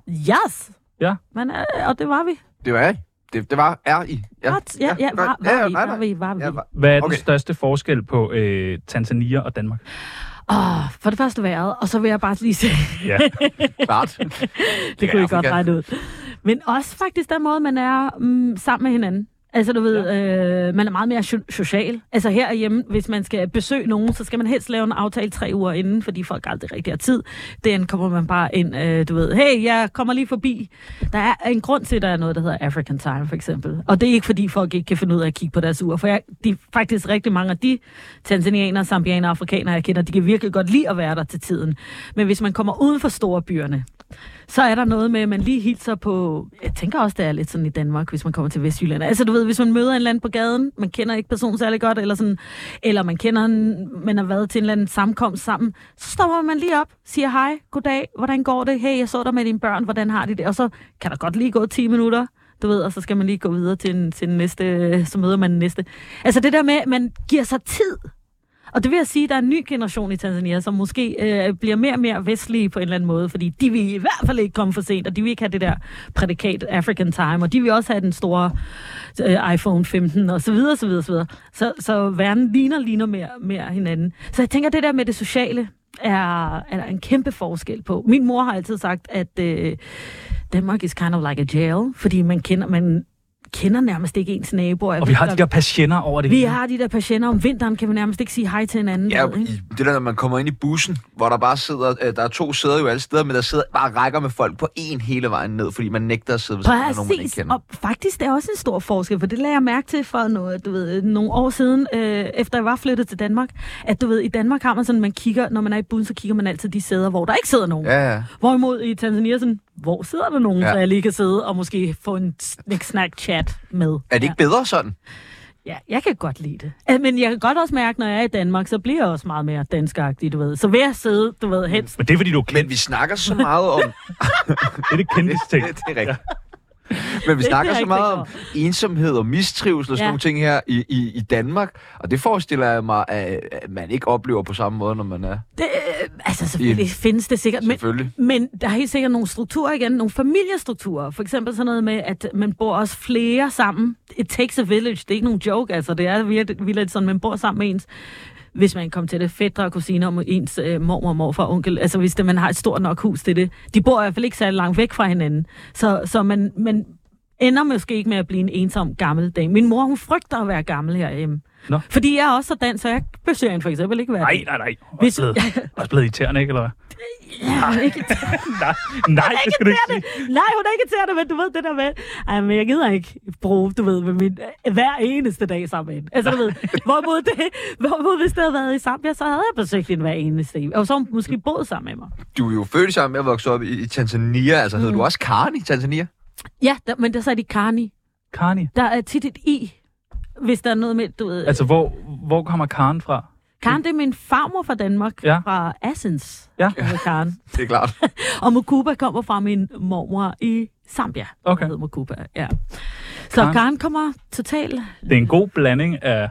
S4: Yes!
S2: Ja.
S4: Men, øh, og det var vi.
S1: Det var jeg. Det, det var er I.
S4: Ja, ja, ja, var, var,
S1: Ja, ja,
S4: vi,
S1: nej,
S4: var
S1: nej.
S4: vi, var vi.
S1: Ja, var-
S2: Hvad er okay.
S1: Okay.
S2: den største forskel på øh, Tanzania og Danmark?
S4: Åh, for det første vejret, og så vil jeg bare lige sige,
S2: Ja,
S1: Klart.
S4: (laughs) det kunne I godt
S1: Afrika.
S4: regne ud. Men også faktisk den måde, man er mm, sammen med hinanden. Altså, du ved, ja. øh, man er meget mere so- social. Altså herhjemme, hvis man skal besøge nogen, så skal man helst lave en aftale tre uger inden, fordi folk aldrig rigtig har tid. Den kommer man bare ind, øh, du ved, hey, jeg kommer lige forbi. Der er en grund til, at der er noget, der hedder African Time, for eksempel. Og det er ikke, fordi folk ikke kan finde ud af at kigge på deres ur. For jeg, de, faktisk rigtig mange af de tanzanianere, zambianere og afrikanere, jeg kender, de kan virkelig godt lide at være der til tiden. Men hvis man kommer uden for store byerne, så er der noget med, at man lige hilser på... Jeg tænker også, det er lidt sådan i Danmark, hvis man kommer til Vestjylland. Altså, du ved, hvis man møder en eller anden på gaden, man kender ikke personen særlig godt, eller, sådan, eller man kender en, man har været til en eller anden sammenkomst sammen, så stopper man lige op, siger hej, goddag, hvordan går det? Hey, jeg så dig med dine børn, hvordan har de det? Og så kan der godt lige gå 10 minutter, du ved, og så skal man lige gå videre til, en, til en næste, så møder man den næste. Altså det der med, at man giver sig tid, og det vil jeg sige, at der er en ny generation i Tanzania, som måske øh, bliver mere og mere vestlige på en eller anden måde, fordi de vil i hvert fald ikke komme for sent, og de vil ikke have det der prædikat African Time, og de vil også have den store øh, iPhone 15 og så videre, så videre, så videre. Så, så verden ligner, ligner mere, mere hinanden. Så jeg tænker, det der med det sociale er, er der en kæmpe forskel på. Min mor har altid sagt, at øh, Danmark is kind of like a jail, fordi man kender, man kender nærmest ikke ens naboer. Jeg
S2: og vi
S4: ved
S2: har
S4: godt-
S2: de der patienter over det
S4: vi
S2: hele.
S4: har de der patienter om vinteren, kan vi nærmest ikke sige hej til hinanden.
S1: Ja,
S4: ved, ikke?
S1: i, det der, når man kommer ind i bussen, hvor der bare sidder, øh, der er to sæder jo alle steder, men der sidder bare rækker med folk på en hele vejen ned, fordi man nægter at sidde ved siden af nogen, man ikke
S4: Præcis,
S1: kender.
S4: og faktisk det er også en stor forskel, for det lagde jeg mærke til for noget, du ved, nogle år siden, øh, efter jeg var flyttet til Danmark, at du ved, i Danmark har man sådan, man kigger, når man er i bussen, så kigger man altid de sæder, hvor der ikke sidder nogen.
S1: Ja, ja.
S4: Hvorimod i Tanzania sådan, hvor sidder der nogen,
S1: Ja.
S4: ja. så jeg lige kan sidde og måske få en snak-chat med.
S1: Er det ikke bedre sådan?
S4: Ja, jeg kan godt lide det. Øh, Men jeg kan godt også mærke, når jeg er i Danmark, så bliver jeg også meget mere danskagtig, du ved. Så ved at sidde, du
S1: Mm.
S4: ved, helst
S2: Men det er fordi, du er kendt.
S1: Men vi snakker så meget
S4: (laughs)
S1: om...
S2: Det er det kendteste ting.
S1: (laughs) det er rigtigt. Men vi snakker
S4: jeg
S1: så
S4: ikke
S1: meget om
S4: tænkt
S1: ensomhed og mistrivsel og sådan
S4: Ja.
S1: nogle ting her i, i, i Danmark, og det forestiller jeg mig, at at man ikke oplever på samme måde, når man er...
S4: Det, øh, Altså, selvfølgelig
S1: Ja.
S4: yeah. findes det sikkert. Men,
S1: Selvfølgelig.
S4: men der er helt sikkert nogle strukturer igen, nogle familiestrukturer. For eksempel sådan noget med, at man bor også flere sammen. It takes a village, det er ikke nogen joke, altså. Det er virkelig virkelig sådan, man bor sammen med ens hvis man kom til det, fædre og kusiner om ens øh, mormor, morfar, onkel, altså hvis det, man har et stort nok hus til det. De bor i hvert fald ikke særlig langt væk fra hinanden, så, så man, man ender måske ikke med at blive en ensom gammel dame. Min mor, hun frygter at være gammel herhjemme.
S2: Nå.
S4: Fordi jeg er også sådan, så jeg besøger hende for eksempel ikke hver
S2: Nej,
S4: dag.
S2: nej, nej.
S4: Hvis-
S2: Også
S4: (laughs)
S2: blevet, også blevet irriterende, ikke? Eller hvad?
S4: Ja, (laughs) ikke,
S2: Nej, nej, det skal du ikke sige.
S4: nej, hun er ikke til det, men du ved det der med, ej, men jeg gider ikke bruge, du ved, med min, hver eneste dag sammen med hende. Altså, du ved, (laughs) hvorimod, det, hvorimod hvis det havde været i Zambia, så havde jeg besøgt hende hver eneste dag. Og så havde hun måske boet sammen med mig.
S1: Du er jo født sammen med at vokse op i, i Tanzania. Altså,
S4: Mm.
S1: hedder du også Karen i Tanzania?
S4: Ja, der, men der sagde de Karni.
S2: Karni.
S4: Der er tit et i, hvis der er noget med, du ved. Altså,
S2: Altså, hvor, hvor kommer Karen fra?
S4: Karen, det er min farmor fra Danmark,
S2: Ja.
S4: ja. fra Assens.
S2: Ja.
S4: hedder Karen.
S1: Det er klart.
S4: Og Mukuba kommer fra min mormor i Zambia.
S2: Okay.
S4: Hun hed Mukuba, ja. Så
S2: Karen.
S4: Karen, Karen kommer totalt
S2: Det er en god blanding af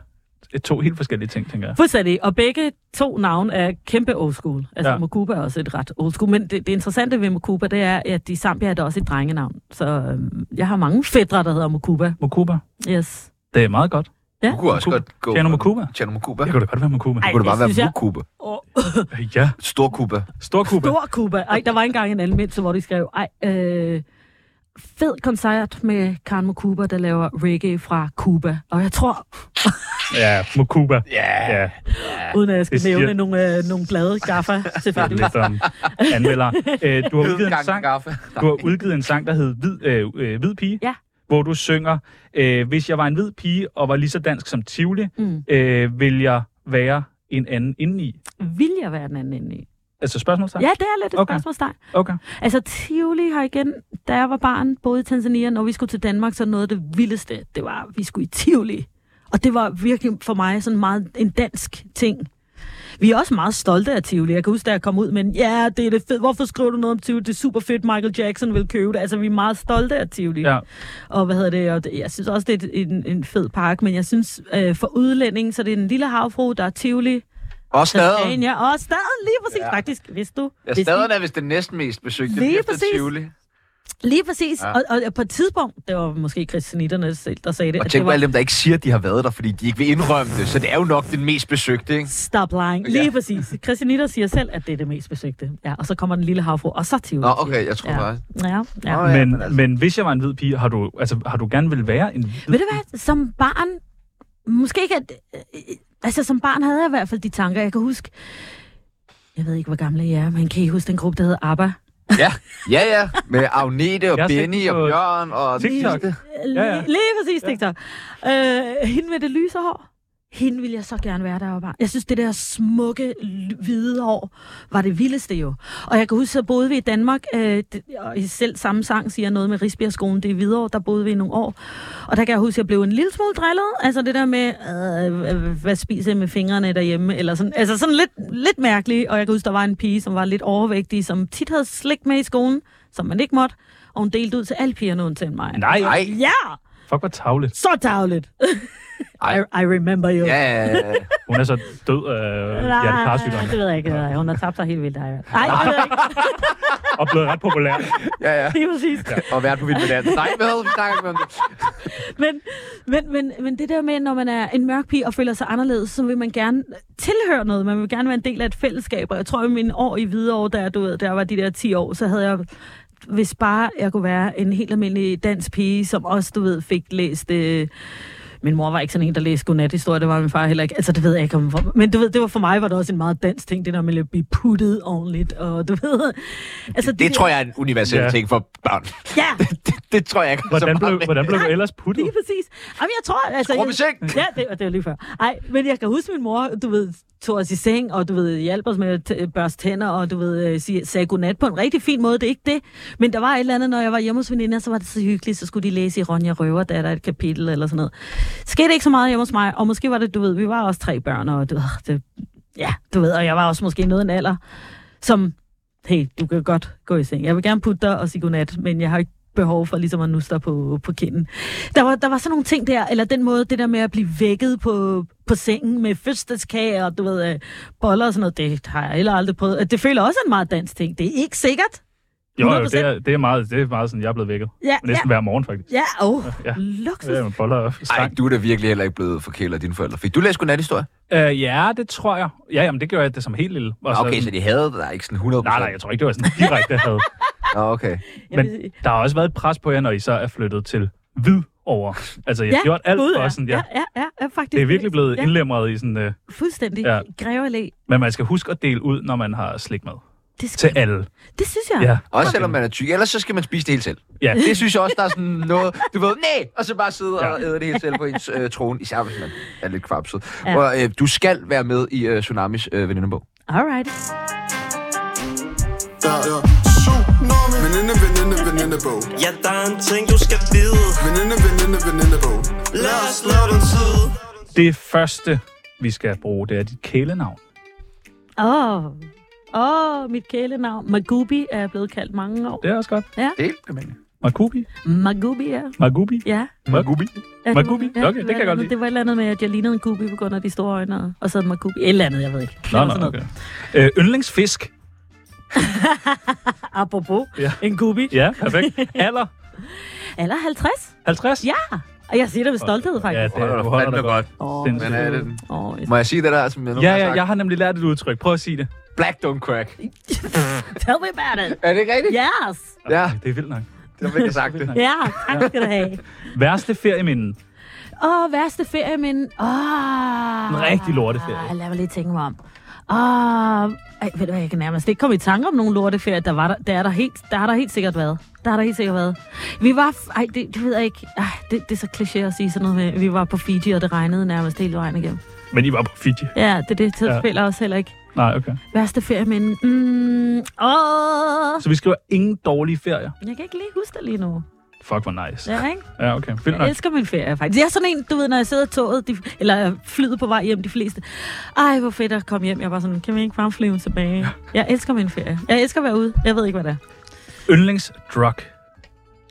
S2: to helt forskellige ting, tænker jeg.
S4: Fuldstændig. Og begge to navn er kæmpe old school. Altså
S2: Ja.
S4: ja. Mokuba er også et ret old school. Men det, det interessante ved Mokuba, det er, at i Zambia er det også et drengenavn. Så øhm, jeg har mange fædre, der hedder Mokuba.
S2: Mokuba.
S4: Yes.
S2: Det er meget godt.
S1: Du kunne også
S2: Mukuba.
S1: godt gå...
S2: Tjerno Mukuba.
S1: Tjerno Mukuba.
S2: Det kunne da godt være Mokuba.
S1: Det kunne det bare
S4: det
S1: være
S4: synes jeg-
S1: Mukuba.
S4: Oh,
S2: Ja,
S1: Stor Kuba.
S2: stor Kuba.
S4: stor Kuba. Ej, der var engang en anmeldelse, hvor de skrev, ej, øh, fed koncert med Karen Mokuba, der laver reggae fra Kuba. Og jeg tror,
S2: Ja, Mokuba.
S1: Ja.
S2: Ja,
S4: uden at jeg skal
S2: Det siger-
S4: nævne nogle, øh, nogle glade
S2: (laughs)
S4: gaffer, selvfølgelig.
S2: lidt om anmelder. Øh, Du har udgivet en
S1: Gang-
S2: sang,
S1: gaffe.
S2: Du har udgivet en sang, der hed Hvid, øh, øh, hvid Pige,
S4: Ja.
S2: hvor du synger, øh, hvis jeg var en hvid pige og var lige så dansk som Tivoli,
S4: Mm.
S2: øh, vil jeg være en anden indeni.
S4: Vil jeg være den anden inde i?
S2: Altså spørgsmålstegn?
S4: Ja, det er lidt et
S2: Okay.
S4: okay. spørgsmålstegn.
S2: Okay.
S4: Altså Tivoli har igen, da jeg var barn, både i Tanzania, når vi skulle til Danmark, så noget af det vildeste, det var, at vi skulle i Tivoli. Og det var virkelig for mig sådan meget en dansk ting. Vi er også meget stolte af Tivoli. Jeg kan huske, da jeg kom ud, men ja, det er det fedt. Hvorfor skriver du noget om Tivoli? Det er super fedt, Michael Jackson vil købe det. Altså, vi er meget stolte af Tivoli.
S2: Ja.
S4: Og hvad hedder det? Og det- jeg synes også, det er et- en, en fed park, men jeg synes, øh, for udlændinge, så det er en lille havfru, der er Tivoli.
S1: Og staden.
S4: Tasmania, og staden lige præcis, ja. faktisk, vidste du.
S1: Ja,
S4: Vidste
S1: staden er vist den næsten mest besøgte.
S4: Lige
S1: lige efter
S4: præcis.
S1: Tivoli.
S4: Lige præcis.
S1: Ja.
S4: Ja. Og, og, på et tidspunkt, det var måske christianitterne selv, der sagde det,
S1: Og
S4: at
S1: tænk
S4: det
S1: på
S4: var
S1: alle dem, der ikke siger, at de har været der, fordi de ikke vil indrømme det. Så det er jo nok den mest besøgte, ikke?
S4: stop lying. Lige
S1: Ja.
S4: ja. præcis. Christianitter siger selv, at det er det mest besøgte. Ja, og så kommer den lille havfru, og så Tivoli.
S1: Nå, okay, jeg tror
S4: ja.
S1: bare...
S4: Ja, ja.
S1: Nå,
S4: Oh,
S1: ja,
S2: Men,
S1: men altså-
S2: men hvis jeg var en hvid pige, har du, altså, har du gerne vil være en hvid
S4: Ved du hvad, som barn, måske ikke, at, øh, altså som barn havde jeg i hvert fald de tanker, jeg kan huske, jeg ved ikke, hvor gamle jeg er, men kan I huske den gruppe, der hedder ABBA?
S1: Ja, ja, ja. Med Agnete og
S2: Jeg har set
S1: Benny
S2: den
S1: og
S2: på
S1: Bjørn og...
S2: TikTok?
S4: Lige,
S2: ja.
S4: lige præcis, TikTok. Ja. Øh, hende med det lyse hår. Hende ville jeg så gerne være, der var barn. Jeg synes, det der smukke, l- hvide hår var det vildeste jo. Og jeg kan huske, så boede vi i Danmark, øh, det, og i selv samme sang siger jeg noget med Risbjergskolen, det er Hvidovre, der boede vi i nogle år. Og der kan jeg huske, at jeg blev en lille smule drillet. Altså det der med, øh, øh, hvad spiser jeg med fingrene derhjemme? Eller sådan, altså sådan lidt, lidt mærkeligt. Og jeg kan huske, der var en pige, som var lidt overvægtig, som tit havde slik med i skolen, som man ikke måtte. Og hun delte ud til alle pigerne undtagen mig.
S2: Nej,
S1: Nej,
S4: Ja!
S2: fuck hvor tavligt.
S4: Så tavligt.
S1: Ej.
S4: I, I remember you.
S1: ja, ja, ja.
S2: Hun er så død af øh, hjertekarsygdomme
S4: (laughs) det ved jeg ikke. det ved jeg ikke. Hun har tabt sig helt vildt. Nej, det ved jeg ikke.
S2: og blevet ret populær.
S1: ja, ja.
S4: Lige præcis.
S1: Og vært på vild med dans. Nej, hvad? Vi snakker ikke om det.
S4: Men, men, men, men det der med, når man er en mørk pige og føler sig anderledes, så vil man gerne tilhøre noget. Man vil gerne være en del af et fællesskab. Og jeg tror, at mine år i Hvidovre, der, du ved, der var de der 10 år, så havde jeg hvis bare jeg kunne være en helt almindelig dansk pige, som også, du ved, fik læst... Øh, min mor var ikke sådan en, der læste godnathistorie, det var min far heller ikke. Altså, det ved jeg ikke om... hvor- Men du ved, det var for mig, var det også en meget dansk ting, det der med at blive puttet ordentligt, og du ved... Altså,
S1: Det tror jeg er en universel
S2: Ja.
S1: ting for børn. (laughs)
S4: Ja,
S1: Det, det tror jeg ikke. er så
S2: Hvordan
S1: meget
S2: blev,
S1: med.
S2: hvordan blev du ellers puttet?
S4: Lige præcis. Jamen, jeg tror... Altså,
S1: Skru op i seng!
S4: Ja, det, det var lige før. Ej, men jeg kan huske min mor, du ved, tog os i seng, og du ved, hjalp os med at t- børste tænder, og du ved, øh, sige- sagde godnat på en rigtig fin måde, det er ikke det. Men der var et eller andet, når jeg var hjemme hos veninder, så var det så hyggeligt, så skulle de læse i Ronja Røver, der er der et kapitel eller sådan noget. Skete ikke så meget hjemme hos mig, og måske var det, du ved, vi var også tre børn, og du ved, det, ja, du ved, og jeg var også måske noget af en alder, som, hey, du kan godt gå i seng. Jeg vil gerne putte dig og sige godnat, men jeg har ikke behov for ligesom at nusse dig på, på kinden. Der var, der var sådan nogle ting der, eller den måde, det der med at blive vækket på, på sengen med fødselsdagskage og du ved, øh, boller og sådan noget, det har jeg heller aldrig prøvet. Det føler jeg også er en meget dansk ting. Det er ikke sikkert.
S2: Jo, jo,
S4: 100%.
S2: det er, det, er meget, det er meget sådan, jeg er blevet vækket.
S4: Ja, ja,
S2: Næsten hver morgen,
S4: (laughs)
S2: faktisk.
S4: ja, åh, oh,
S2: Ja.
S4: ja. luksus.
S2: Ja, med boller og
S1: Nej,
S2: stang.
S1: du er da virkelig heller ikke blevet forkælet af dine forældre. Fik du læst godnathistorie?
S2: Øh, ja, det tror jeg. Ja, jamen, det gjorde jeg det som helt lille. Og
S1: Okay, så de havde dig ikke sådan 100
S2: Nej, nej, jeg tror ikke, det var sådan direkte
S4: (laughs)
S2: had.
S1: Nå, okay.
S4: Jeg
S2: Men
S4: vil sige-
S2: der har også været et pres på jer, når I så er flyttet til hvid over. Altså, jeg har gjort alt
S4: gud,
S2: for
S4: ja.
S2: sådan, ja.
S4: ja. Ja, ja, ja, faktisk.
S2: Det er virkelig blevet
S4: ja,
S2: indlemret i sådan... Øh,
S4: Fuldstændig.
S2: Ja.
S4: Ja. Grevelæg.
S2: men man skal huske at dele ud, når man har slik med.
S4: Det, skal,
S2: Til alle.
S4: det synes jeg.
S2: Ja.
S1: Også selvom man er tyk. Ellers så skal man spise det hele selv.
S2: Ja.
S1: Det synes jeg også, der er sådan noget, du ved, nej, og så bare sidde og
S2: Ja.
S1: æde det hele selv på ens øh, trone, især hvis man er lidt kvapset.
S4: Ja.
S1: Ja. Og øh, du skal være med i øh, Tsunamis øh, venindebog.
S4: Alright.
S7: Der er tsunami Veninde, veninde, venindebog
S6: Ja, der er en ting, du skal vide.
S7: Veninde, veninde, venindebog
S6: Lad os slå den tid.
S2: Det første, vi skal bruge, det er dit kælenavn.
S4: Åh, oh. oh, mit kælenavn. Magubi er jeg blevet kaldt mange år.
S2: Det er også godt.
S1: Det er helt almindeligt.
S2: Makubi?
S4: Magubi, ja.
S2: Magubi?
S4: Ja.
S2: Magubi?
S4: ja det
S2: Magubi?
S4: var- ja,
S2: Okay, det
S4: var
S2: kan jeg godt
S4: andet.
S2: lide.
S4: Det var et eller andet med, at jeg lignede en gubi på grund af de store øjne, og så en Magubi. Et eller andet, jeg ved ikke. Det
S2: Nå,
S4: var
S2: nå,
S4: sådan noget.
S2: okay. Øh, yndlingsfisk?
S4: Apropos,
S2: Ja.
S4: ja. en gubi.
S2: Ja, perfekt.
S4: (laughs)
S2: Alder?
S4: Eller 50.
S2: 50?
S4: Ja, og jeg siger det med stolthed,
S2: Ja,
S4: faktisk.
S2: det er, du holder dig godt.
S4: Åh,
S2: sindssygt.
S1: Men, øh, den-
S4: Åh,
S1: Må jeg sige det der, som jeg nu
S2: Ja,
S1: har
S2: ja,
S1: sagt?
S2: jeg har nemlig lært et udtryk. Prøv at sige det.
S1: Black don't crack.
S4: tell me about it.
S1: Er det ikke rigtigt?
S4: Yes.
S1: Ja,
S2: Det er vildt nok.
S1: det har jeg ikke sagt det.
S4: Ja, tak skal du have.
S2: Værste ferieminden?
S4: Åh, værste ferie, men... Åh, Ah,
S2: En rigtig lorteferie.
S4: Lad mig lige tænke mig om. Åh, ej, ved du hvad, jeg kan nærmest ikke komme i tanke om nogen lorteferie. Der, var der, der, er der, helt, der har der helt sikkert været. Der har der helt sikkert været. Vi var... f- Ej, det, det ved jeg ikke. Ej, det, det er så kliché at sige sådan noget med. Vi var på Fiji, og det regnede nærmest hele vejen igennem.
S2: Men I var på Fiji.
S4: Ja, det er det. Tid
S2: Ja.
S4: spiller også heller ikke.
S2: Nej, okay.
S4: Værste ferie, men... Mm, åh,
S2: Så vi skriver ingen dårlige ferier.
S4: jeg kan ikke lige huske det lige nu.
S2: Fuck, hvor nice.
S4: Ja, ikke?
S2: Ja, okay. Vildt
S4: Jeg
S2: nok.
S4: elsker min ferie, faktisk. Jeg er sådan en, du ved, når jeg sidder i toget, de, eller flyder på vej hjem, de fleste. Ej, hvor fedt at komme hjem. Jeg var sådan, kan vi ikke bare flyve tilbage? Jeg elsker min ferie. Jeg elsker at være ude. Jeg ved ikke, hvad det er.
S2: Yndlingsdrug.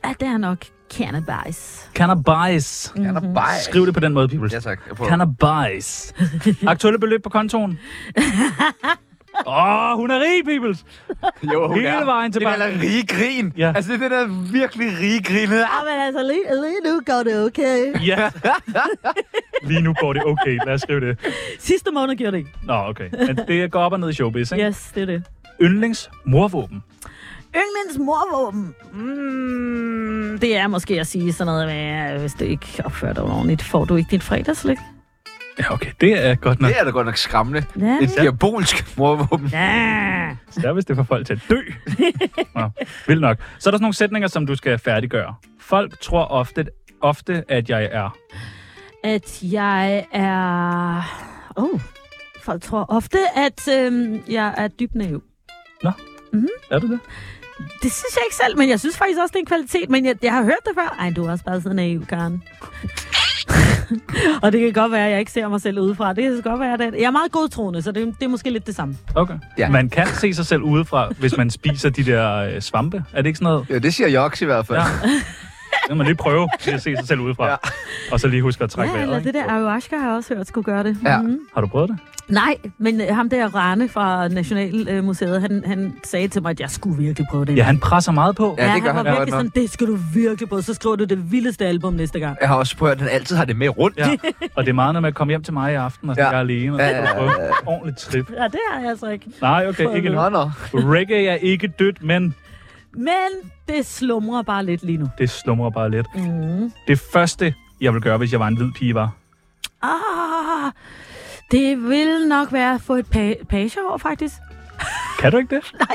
S4: Ja, det er nok cannabis.
S2: Cannabis.
S1: Han er bare...
S2: Skriv det på den måde, people.
S1: Ja, tak. Jeg prøver.
S2: Cannabis. Aktuelle beløb på kontoen. Åh, oh, hun er rig, people.
S1: Jo, hun
S2: Hele
S1: er.
S2: vejen til
S1: Det er
S2: banken.
S1: den der rige grin.
S2: Ja.
S1: Ja. Altså, det er den der virkelig rige grin. Ah,
S4: Ja, men altså, lige, lige nu går det okay.
S2: Ja. Lige nu går det okay. Lad os skrive det.
S4: Sidste måned gjorde det ikke.
S2: Nå, okay. Men det går op og ned i showbiz, ikke?
S4: Yes, det er det.
S2: Yndlingsmorvåben.
S4: Yndlings morvåben. Mm, det er måske at sige sådan noget med, øh, hvis du ikke opfører dig ordentligt, får du ikke dit fredagslæg.
S2: Ja, okay. Det er godt nok.
S1: Det er da godt nok skræmmende.
S4: Ja.
S1: Et diabolsk morvåben.
S4: Ja.
S2: Det er, hvis det får folk til at
S4: (laughs)
S2: dø. Nå, vildt nok. Så er der sådan nogle sætninger, som du skal færdiggøre. Folk tror ofte, ofte at jeg er...
S4: at jeg er... Oh, folk tror ofte, at øhm, jeg er dybt naiv.
S2: Er du det?
S4: Det synes jeg ikke selv, men jeg synes faktisk også, det er en kvalitet. Men jeg, jeg har hørt det før. Ej, du er også bare så naiv, Karen. (laughs) og det kan godt være, at jeg ikke ser mig selv udefra. Det kan godt være, at jeg er meget godtroende, så det, det er måske lidt det samme.
S2: Okay. Ja.
S1: Ja.
S2: Man kan se sig selv udefra, hvis man spiser de der øh, svampe. Er det ikke sådan noget?
S1: Ja, det siger Joks i hvert fald.
S2: Ja. Det kan man lige prøve lige at se sig selv udefra. Ja.
S1: Ja.
S2: Og så lige huske at trække
S4: Ja,
S2: ja,
S4: eller
S2: vejret.
S4: det
S2: ikke?
S4: der ayahuasca har jeg også hørt skulle gøre det.
S1: Ja.
S4: Mhm.
S2: Har du prøvet det?
S4: Nej, men øh, ham der Rane fra Nationalmuseet, han, han sagde til mig, at jeg skulle virkelig prøve det.
S2: Ja, han presser meget på.
S1: Ja.
S4: Ja,
S1: det
S4: ja
S1: gør
S4: han var
S1: han
S4: virkelig
S1: godt
S4: sådan, det skal du virkelig på. Så skriver du det vildeste album næste gang.
S1: Jeg har også prøvet, at han altid har det med rundt.
S2: Ja. Og det er meget, når man kommer hjem til mig i aften, og så
S1: Ja.
S2: ja. jeg er alene, og så
S1: Ja,
S2: kan
S1: ja,
S2: man
S1: ja,
S2: prøve en ordentlig trip.
S4: Ja, det har jeg altså ikke.
S2: Nej, okay, ikke nu.
S1: Nå, nå.
S2: Reggae er ikke dødt, men
S4: Men det slumrer bare lidt lige nu.
S2: det slumrer bare lidt.
S4: Mm.
S1: Mhm.
S2: Det første, jeg ville gøre, hvis jeg var en hvid pige, var...
S4: Ah, det vil nok være at få et pa- pagehår, faktisk.
S2: Kan du ikke det?
S4: Nej,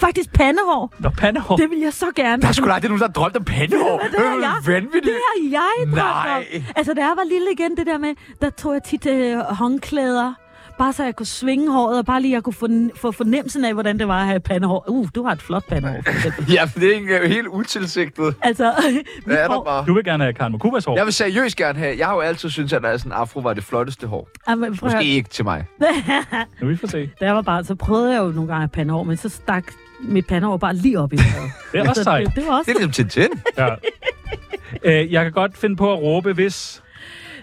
S4: faktisk pandehår.
S2: Nå, pandehår.
S4: Det vil jeg så gerne.
S1: Der er sgu da aldrig nogen, der har drømt om pandehår. Øh,
S4: det har jeg. Det
S1: Vanvittigt.
S4: har jeg drømt om.
S1: Nej.
S4: Altså, da jeg var lille igen, det der med, der tog jeg tit øh, håndklæder Bare så jeg kunne svinge håret, og bare lige jeg kunne forn- få fornemmelsen af, hvordan det var at have pandehår. Uh, du har et flot
S1: (laughs)
S4: pandehår, for eksempel.
S1: Ja, for det er jo helt utilsigtet.
S4: altså, (laughs)
S1: Det
S4: mit
S1: er der
S4: hår,
S1: bare.
S2: Du vil gerne have Karen Makubas hår.
S1: Jeg vil seriøst gerne have... Jeg har jo altid syntes, at Andersen Afro var det flotteste hår.
S4: Jamen, prøv at
S1: Måske
S4: høre.
S1: ikke til mig.
S2: Nu vi får se.
S4: Da jeg var barn, så prøvede jeg jo nogle gange at have pandehår, men så stak mit pandehår bare
S2: (laughs)
S4: lige op i håret.
S2: Det er også
S4: Så (laughs)
S2: sejt.
S4: det, det var
S1: Det
S4: også...
S1: er ligesom Tintin.
S2: Ja. Øh, jeg kan godt finde på at råbe, hvis...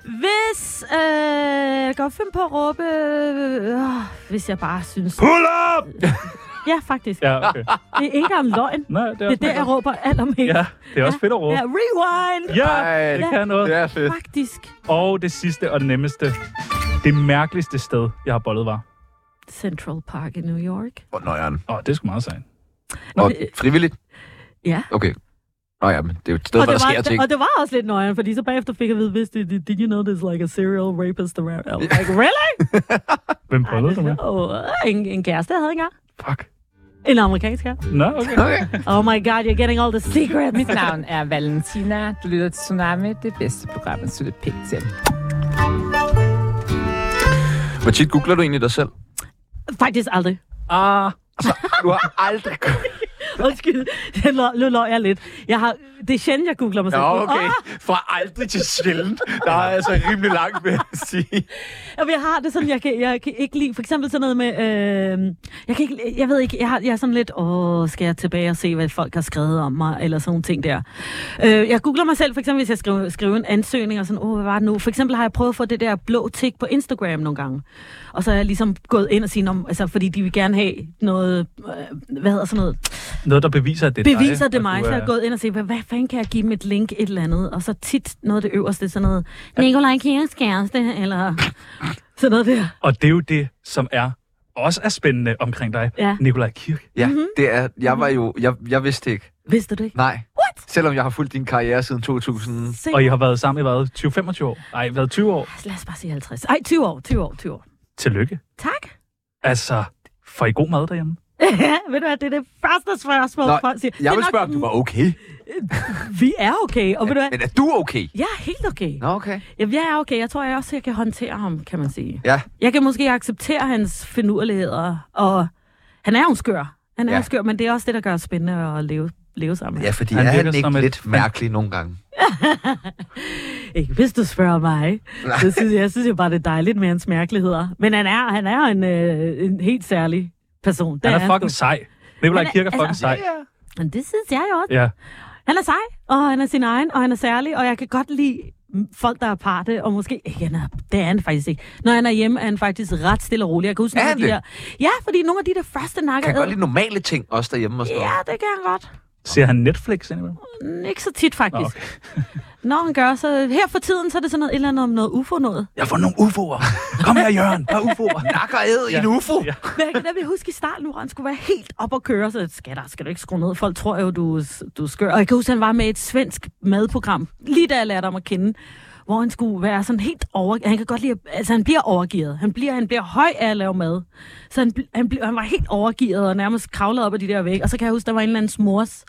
S4: Hvis... Øh, jeg kan godt finde på at råbe... Øh, hvis jeg bare synes...
S2: Pull up!
S4: Ja, faktisk.
S2: Ja, okay.
S4: Det er ikke engang løgn.
S2: Nej, det er,
S4: Det
S2: også
S4: er der, jeg råber allermest.
S2: Ja, det er også fedt at råbe.
S4: Ja, rewind!
S2: Ja, det
S1: Ej,
S2: kan noget.
S1: Det er fedt.
S4: Faktisk.
S2: Og det sidste og det nemmeste. Det mærkeligste sted, jeg har bollet var.
S4: Central Park i New York.
S1: Hvor nøjeren.
S2: Åh, det er sgu meget sejt.
S1: Og frivilligt?
S4: Ja.
S1: Okay. Nå ja, men det er jo et sted, hvor der sker ting.
S4: og det var også lidt nøjeren, fordi så bagefter fik jeg at vide, hvis det, did you know there's like a serial rapist around? I was like, really?
S2: Hvem bollede du med?
S4: Oh, en, en kæreste, jeg havde engang.
S2: Fuck.
S4: En amerikansk her.
S2: Nå, okay.
S1: Okay.
S4: Oh my god, you're getting all the secrets.
S8: Mit navn er Valentina. Du lytter til Tsunami, det bedste program, man synes pænt til.
S1: Hvor tit googler du egentlig dig selv?
S4: Faktisk aldrig.
S2: Ah,
S1: Du har aldrig...
S4: Undskyld, det løg, nu løg jeg lidt. Jeg har, det er sjældent, jeg googler mig
S1: Nå,
S4: selv.
S1: okay.
S4: Åh,
S1: Fra aldrig til sjældent. Der er altså rimelig langt ved at sige.
S4: Jamen, jeg har det sådan, jeg kan, jeg kan ikke lide, for eksempel sådan noget med, øh, jeg, kan ikke, jeg ved ikke, jeg, har, jeg er sådan lidt, åh, skal jeg tilbage og se, hvad folk har skrevet om mig, eller sådan nogle ting der. Øh, jeg googler mig selv, for eksempel hvis jeg skriver, skriver en ansøgning, og sådan, åh, hvad var det nu? For eksempel har jeg prøvet at få det der blå tik på Instagram nogle gange, og så er jeg ligesom gået ind og sige, om, altså, fordi de vil gerne have noget, øh, hvad hedder sådan noget,
S2: noget, der beviser, at det er dig,
S4: beviser
S2: og
S4: det mig,
S2: du
S4: så jeg
S2: er-
S4: er gået ind og set, hvad, hvad fanden kan jeg give dem et link, et eller andet, og så tit noget af det øverste, sådan noget, Nikolaj Kjærs kæreste, eller sådan noget der.
S2: Og det er jo det, som er også er spændende omkring dig,
S4: Ja.
S2: Nikolaj Kirk.
S1: Ja,
S4: Mhm.
S1: det er... Jeg var jo... Jeg, jeg vidste det ikke.
S4: Vidste du det ikke?
S1: Nej.
S4: What?
S1: Selvom jeg har fulgt din karriere siden 2000.
S4: Se,
S2: Og I har været sammen i hvad? 20-25 år? Nej, været 20 år.
S4: lad os bare sige 50. Ej, 20 år, 20 år, 20 år.
S2: Tillykke.
S4: Tak. (laughs)
S2: Altså, får I god mad derhjemme?
S4: Ja, ved du hvad, det er det første spørgsmål,
S1: Nå,
S4: folk siger. Det
S1: Jeg
S4: er
S1: vil
S4: nok-
S1: spørge, om du var okay.
S4: Vi er okay, og ved du hvad,
S1: Men er du okay?
S4: jeg er helt okay.
S1: Nå, okay.
S4: Jamen, jeg er okay. Jeg tror jeg også, jeg kan håndtere ham, kan man sige.
S1: Ja.
S4: Jeg kan måske acceptere hans finurligheder, og han er jo en skør. Han er
S1: Ja.
S4: ja. en skør, men det er også det, der gør det spændende at leve, leve sammen.
S1: Ja, fordi
S2: Han
S1: han er
S2: virker
S1: han
S2: som
S1: ikke
S2: et-
S1: lidt mærkelig nogle gange?
S4: Ikke hvis du spørger mig. Det synes, jeg- jeg synes jo bare, det er dejligt med hans mærkeligheder. Men han er, han er en, øh, en helt særlig person. Det
S2: Han er fucking
S4: sgu.
S2: sej. Nikolaj
S4: Han er-
S2: Kirk er fucking
S4: altså-
S2: sej.
S4: Men det synes jeg jo også.
S2: Ja.
S4: Han er sej, og han er sin egen, og han er særlig, og jeg kan godt lide mm, folk, der er aparte, og måske... Ikke, han er, det er han faktisk ikke. Når han er hjemme, er han faktisk ret stille og rolig. Jeg kan huske
S1: Er
S4: nogle af
S1: han
S4: de der... Ja, fordi nogle af de der første nakker...
S1: Kan godt lide normale ting også derhjemme og sådan
S4: Ja,
S1: noget.
S4: det kan han godt.
S2: Ser han Netflix indimellem?
S4: Mm, Ikke så tit,
S2: Nå,
S4: faktisk.
S2: okay.
S4: Når han gør, så... Her for tiden, så er det sådan noget, et eller andet om noget ufo-noget.
S2: Jeg får nogle UFO'er. Kom her, Jørgen. Der er
S1: (laughs)
S2: UFO'er.
S1: Nakker æd i en ufo.
S2: Ja.
S4: Men jeg kan nemlig huske i starten, hvor han skulle være helt op og køre, så skal, der, skal du ikke skrue ned? Folk tror jo, du, er- du er skør. Og jeg kan huske, at han var med i et svensk madprogram, lige da jeg lærte ham at kende, hvor han skulle være sådan helt over... Han kan godt lide... at- Altså, han bliver overgivet. Han bliver, han bliver høj af at lave mad. Så han, bl- han, blev, han var helt overgivet og nærmest kravlede op ad de der væg. Og så kan jeg huske, der var en eller anden mors,